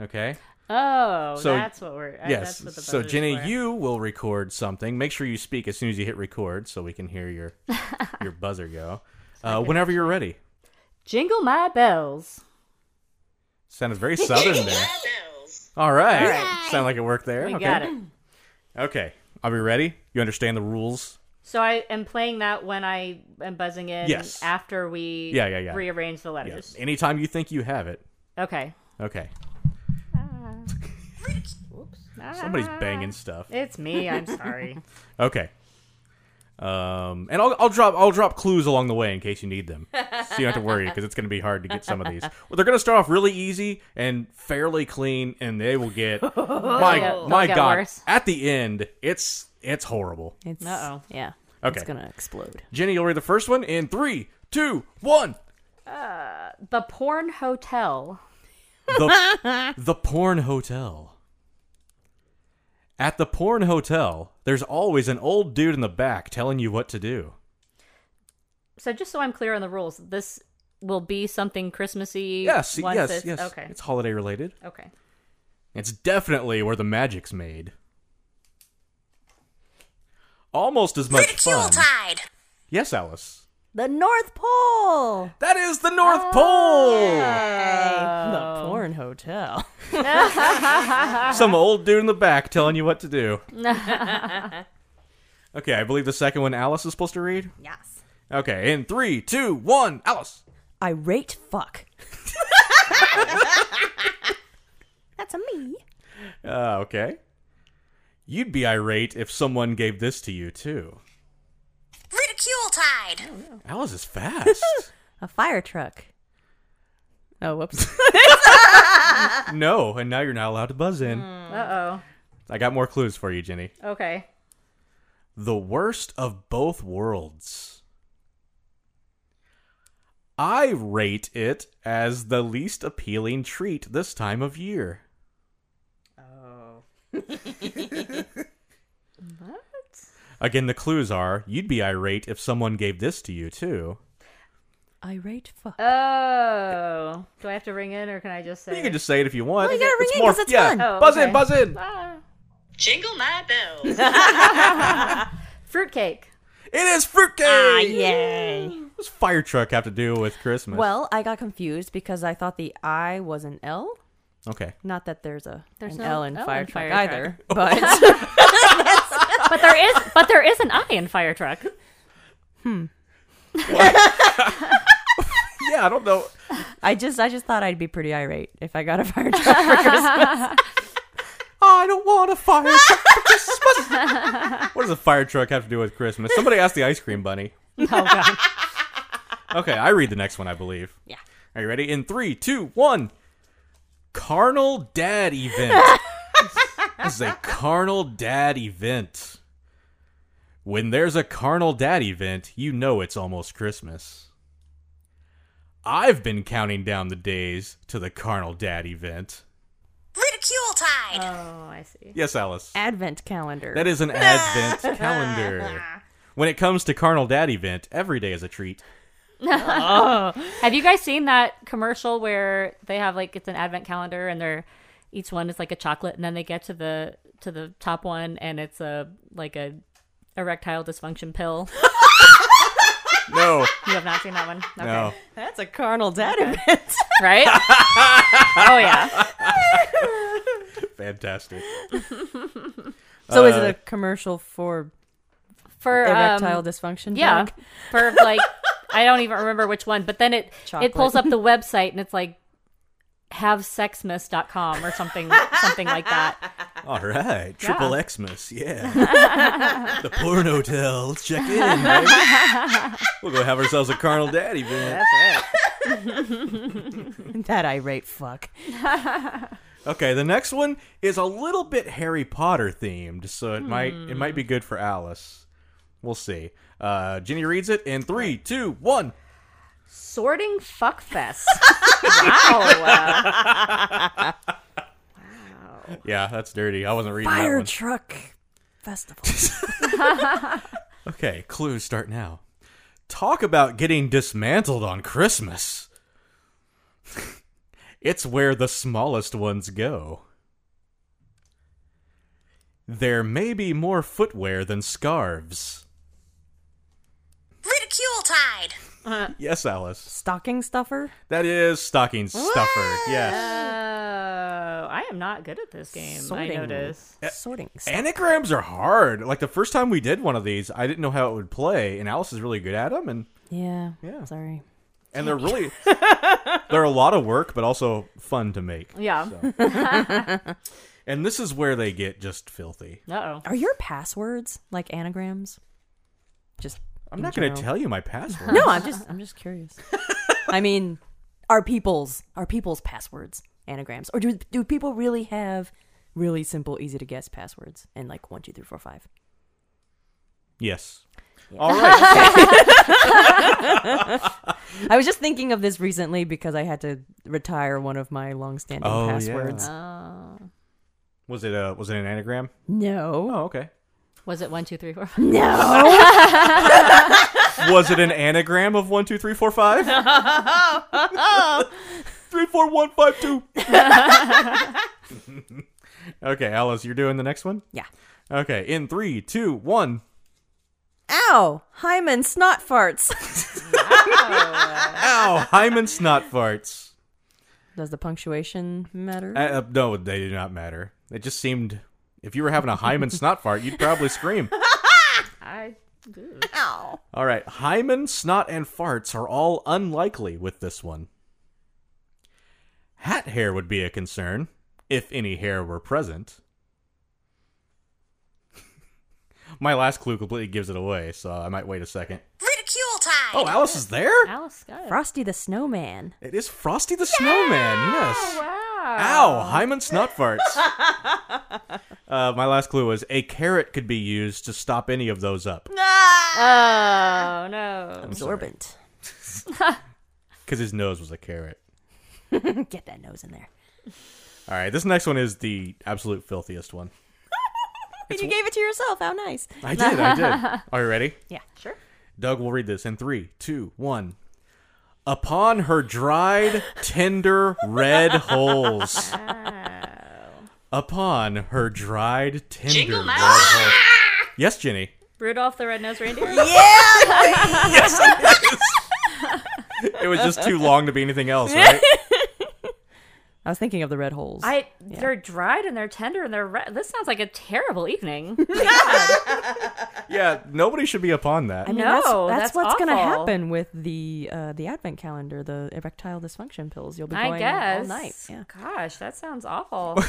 S2: Okay.
S3: Oh,
S2: So-
S3: that's what we're. I-
S2: Yes.
S3: That's what the
S2: so
S3: buzzer's
S2: Jenny,
S3: for.
S2: you will record something. Make sure you speak as soon as you hit record, so we can hear your your buzzer go. Uh, whenever you're ready.
S3: jingle my bells.
S2: Sounded very southern there. All right. Sound like it worked there.
S3: We
S2: okay.
S3: got it.
S2: Okay. Are we ready? You understand the rules?
S3: So I am playing that when I am buzzing in
S2: Yes.
S3: after we
S2: Yeah, yeah, yeah.
S3: rearrange the
S2: Yeah.
S3: letters.
S2: Anytime you think you have it.
S3: Okay.
S2: Okay.
S3: Ah,
S2: Somebody's banging stuff.
S3: It's me. I'm sorry.
S2: Okay. Um, and I'll, I'll drop I'll drop clues along the way in case you need them, so you don't have to worry because it's going to be hard to get some of these. Well, they're going to start off really easy and fairly clean, and they will get my
S3: They'll
S2: my
S3: get
S2: god
S3: worse.
S2: at the end it's it's horrible.
S1: It's,
S3: Uh-oh.
S1: Yeah.
S2: Okay.
S1: It's gonna explode.
S2: Jenny, you'll read the first one in three, two, one.
S3: the porn hotel.
S2: The the porn hotel. At the porn hotel, there's always an old dude in the back telling you what to do.
S3: So just so I'm clear on the rules, this will be something Christmassy.
S2: Yes,
S3: once
S2: yes,
S3: it's-
S2: yes.
S3: Okay.
S2: It's holiday related.
S3: okay.
S2: It's definitely where the magic's made. Almost as much fun.
S4: tide.
S2: Yes, Alice.
S1: The North Pole.
S2: That is the North Pole.
S1: The porn hotel.
S2: Some old dude in the back telling you what to do. okay, I believe the second one Alice is supposed to read.
S4: Yes.
S2: Okay, in three, two, one, Alice.
S1: Irate fuck.
S4: That's a me.
S2: Uh, okay. You'd be irate if someone gave this to you too.
S4: Ridicule tide.
S2: Alice is fast.
S1: A fire truck. Oh, whoops.
S2: no, and now you're not allowed to buzz in.
S3: Uh
S2: I got more clues for you, Jenny.
S3: oh. Okay.
S2: The worst of both worlds. I rate it as the least appealing treat this time of year.
S3: What?
S1: Oh.
S2: Again, the clues are you'd be irate if someone gave this to you, too.
S1: Irate fuck.
S3: Oh, do I have to ring in or can I just say?
S2: You can
S3: it?
S2: just say it if you want.
S1: Well, you gotta ring in 'cause it's
S2: yeah.
S1: fun.
S3: Oh,
S2: buzz
S3: okay.
S2: in, buzz in.
S3: Ah,
S7: Jingle my bells.
S3: fruitcake.
S2: It is fruitcake.
S7: ah, yay.
S2: What does fire truck have to do with Christmas?
S1: well, I got confused because I thought the I was an L.
S2: okay.
S1: Not that there's a
S3: There's
S1: an
S3: no
S1: L in
S3: L
S1: fire
S3: in
S1: truck
S3: fire
S1: either, but
S3: But there is, but there is an eye in fire truck.
S2: Yeah, I don't know.
S1: I just I just thought I'd be pretty irate if I got a fire truck for Christmas.
S2: I don't want a fire truck for Christmas. what does a fire truck have to do with Christmas? Somebody asked the ice cream bunny.
S3: Oh god.
S2: Okay, I read the next one, I believe.
S1: Yeah.
S2: Are you ready? In three, two, one. Carnal dad event. this is a carnal dad event. When there's a carnal dad event, you know it's almost Christmas. I've been counting down the days to the carnal dad event.
S7: Ridicule tide.
S3: Oh, I see.
S2: Yes, Alice.
S1: Advent calendar.
S2: That is an advent calendar. When it comes to carnal dad event, every day is a treat.
S3: Have you guys seen that commercial where they have like it's an advent calendar and they're each one is like a chocolate and then they get to the to the top one and it's a like a erectile dysfunction pill.
S2: No,
S3: You have not seen that one. Okay.
S2: no.
S1: That's a carnal dad event.
S3: Right? oh yeah.
S2: Fantastic.
S1: so is it a commercial for
S3: For
S1: erectile
S3: um,
S1: dysfunction?
S3: Yeah.
S1: drug?
S3: For like I don't even remember which one, but then it
S1: Chocolate.
S3: it pulls up the website and it's like havesexmas.com or something something like that.
S2: All right, triple Xmas, yeah. the porn hotel. Let's check in. Baby. We'll go have ourselves a carnal dad event.
S1: that irate fuck.
S2: Okay, the next one is a little bit Harry Potter themed, so it might it
S1: Hmm.
S2: might be good for Alice. We'll see. Uh, Ginny reads it in three, two, one.
S3: Sorting fuckfest. wow.
S2: Yeah, that's dirty. I wasn't reading that
S1: Fire
S2: one.
S1: truck festival.
S2: Okay, clues start now. Talk about getting dismantled on Christmas. it's where the smallest ones go. There may be more footwear than scarves.
S7: Ridicule tide.
S1: Uh,
S2: Yes, Alice.
S1: Stocking stuffer.
S2: That is stocking stuffer. Yes.
S3: Oh, I am not good at this game. I notice.
S1: Sorting. stuff.
S2: Anagrams are hard. Like the first time we did one of these, I didn't know how it would play, and Alice is really good at them, and
S1: Yeah.
S2: Yeah.
S1: Sorry.
S2: and they're really they're a lot of work, but also fun to make.
S3: Yeah.
S2: And this is where they get just filthy.
S3: Uh oh.
S1: Are your passwords like anagrams? Just.
S2: I'm
S1: in
S2: not going to
S1: general.
S2: tell you my password.
S1: No, I'm just. I'm just curious. I mean, are people's are people's passwords anagrams, or do do people really have really simple, easy to guess passwords and like one, two, three, four, five?
S2: Yes. All right.
S1: I was just thinking of this recently because I had to retire one of my longstanding
S2: Oh, yeah.
S1: passwords.
S2: was it a was it an anagram?
S1: No,
S2: Oh, okay.
S3: Was it one, two, three, four? five?
S1: no.
S2: Was it an anagram of one two three four five? Three four one five two. okay, Alice, you're doing the next one.
S1: yeah.
S2: Okay, in three, two, one.
S1: Ow! Hymen snot farts.
S2: Ow! Hyman snot farts.
S1: Does the punctuation matter?
S2: Uh, uh, no, they do not matter. It just seemed if you were having a Hyman snot fart, you'd probably scream.
S3: I.
S2: All right, hymen, snot, and farts are all unlikely with this one. Hat hair would be a concern, if any hair were present. My last clue completely gives it away, so I might wait a second.
S7: Ridicule tide.
S2: Oh, Alice is there?
S3: Alice got it.
S1: Frosty the Snowman.
S2: It is Frosty the Snowman, yes.
S3: Wow.
S2: Ow, hymen, snot, farts. uh, my last clue was a carrot could be used to stop any of those up.
S3: Oh no.
S1: Absorbent.
S2: Because his nose was a carrot.
S1: Get that nose in there.
S2: All right, this next one is the absolute filthiest one.
S1: And you gave it to yourself. How nice.
S2: I did, I did. Are you ready?
S1: Yeah. Sure.
S2: Doug will read this in three, two, one. upon her dried, tender red holes. Upon her dried, tender
S8: Jingle
S2: red
S8: mouse.
S2: holes. Yes, Ginny.
S3: Rudolph the Red-Nosed Reindeer.
S2: It was just too long to be anything else, right?
S1: I was thinking of the red holes.
S3: I they're dried and they're tender and they're red. This sounds like a terrible evening. God.
S2: Yeah, nobody should be upon that.
S1: I mean,
S3: No,
S1: that's,
S3: that's
S1: what's gonna
S3: awful.
S1: happen with the uh, the advent calendar, the erectile dysfunction pills. You'll be going
S3: I guess.
S1: all night. Yeah.
S3: Gosh, that sounds awful.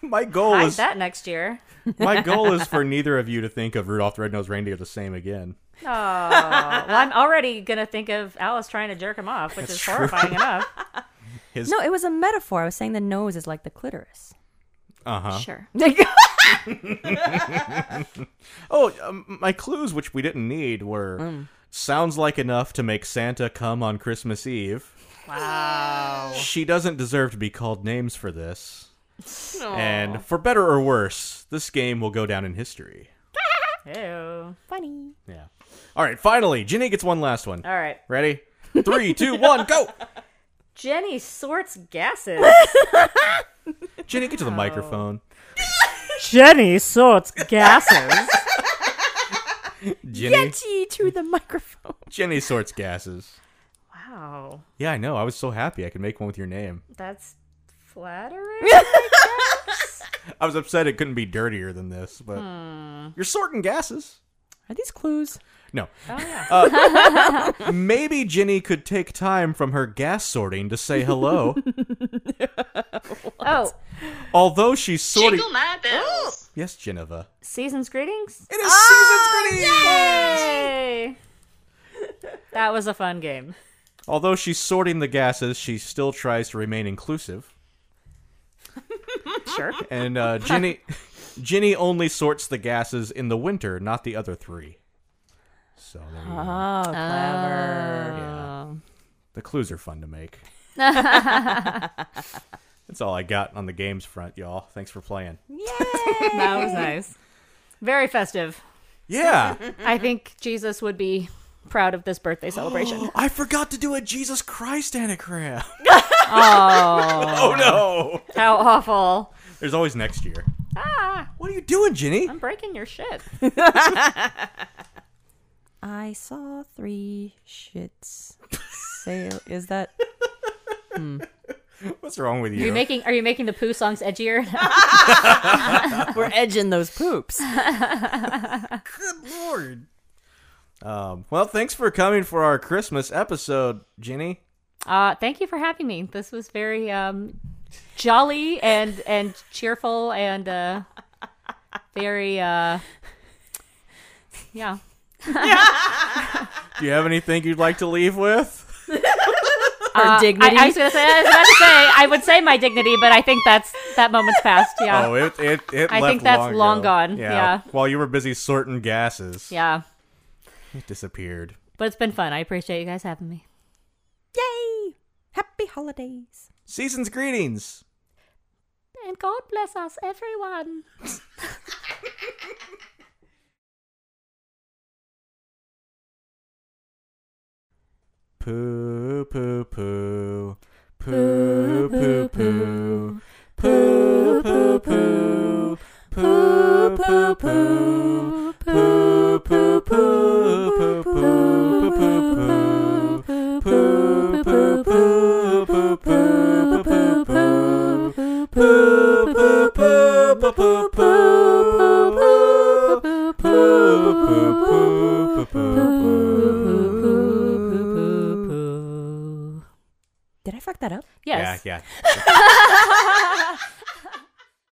S2: My goal
S3: Hide
S2: is
S3: that next year.
S2: my goal is for neither of you to think of Rudolph the Red-Nosed Reindeer the same again.
S3: Oh, well, I'm already gonna think of Alice trying to jerk him off, which is horrifying enough.
S1: No, it was a metaphor. I was saying the nose is like the clitoris.
S2: Uh-huh.
S3: Sure.
S2: Oh, um, my clues which we didn't need were
S3: Mm.
S2: sounds like enough to make Santa come on Christmas Eve. Wow. She doesn't deserve to be called names for this. And for better or worse, this game will go down in history.
S3: Ew.
S1: Funny.
S2: Yeah. All right, finally, Ginny gets one last one.
S3: All right.
S2: Ready? Three, two, one, go!
S3: Jenny sorts gases.
S2: Ginny, get to the microphone.
S3: Jenny sorts gases.
S2: Ginny,
S1: Yeti to the microphone.
S2: Ginny sorts gases.
S3: wow,
S2: Yeah, I know. I was so happy I could make one with your name.
S3: that's flattering.
S2: I was upset it couldn't be dirtier than this, but
S1: Hmm.
S2: you're sorting gases.
S1: Are these clues?
S2: No.
S1: Oh,
S2: Uh, maybe Ginny could take time from her gas sorting to say hello.
S3: oh,
S2: Although she's sorting.
S8: Jingle my bells.
S2: Yes, Geneva.
S3: season's greetings.
S2: It is
S1: Oh,
S2: season's greetings!
S3: Yay! that was a fun game.
S2: Although she's sorting the gases, she still tries to remain inclusive.
S3: Sure.
S2: And uh, Ginny, Ginny only sorts the gases in the winter, not the other three. So there you go.
S1: Oh,
S3: Uh,
S1: clever.
S2: Yeah.
S3: Oh.
S2: The clues are fun to make. That's all I got on the games front, y'all. Thanks for playing.
S3: That was nice. Mm-hmm. Very festive.
S2: Yeah.
S3: I think Jesus would be proud of this birthday celebration.
S2: I forgot to do a Jesus Christ anagram.
S3: oh,
S2: Oh no.
S3: how awful.
S2: There's always next year.
S3: Ah,
S2: What are you doing, Ginny?
S3: I'm breaking your shit.
S1: I saw three shits sail. Is that
S2: What's wrong with
S3: Are you
S2: you?
S3: making are you making the poo songs edgier?
S1: we're edging those poops?
S2: Good lord. Um, well, thanks for coming for our Christmas episode, Ginny.
S3: uh, thank you for having me. This was very um, jolly and and cheerful and uh, very uh, yeah.
S2: Do you have anything you'd like to leave with?
S1: Our dignity.
S3: I, I was gonna say I was about to say I would say my dignity, but I think that's that moment's past. Yeah,
S2: Oh, it it, it
S3: I
S2: left
S3: think that's
S2: long, ago.
S3: long gone, yeah.
S2: While you were busy sorting gases.
S3: yeah.
S2: It disappeared.
S3: But it's been fun. I appreciate you guys having me.
S1: Yay! Happy holidays.
S2: Season's greetings.
S3: And God bless us, everyone.
S2: Poo poo poo. Poo poo poo. Poo poo poo. Poo poo poo. Poo poo poo. Poo poo poo. Poo poo poo. Poo poo poo poo.
S1: Did I fuck that up?
S3: Yes.
S2: Yeah, yeah.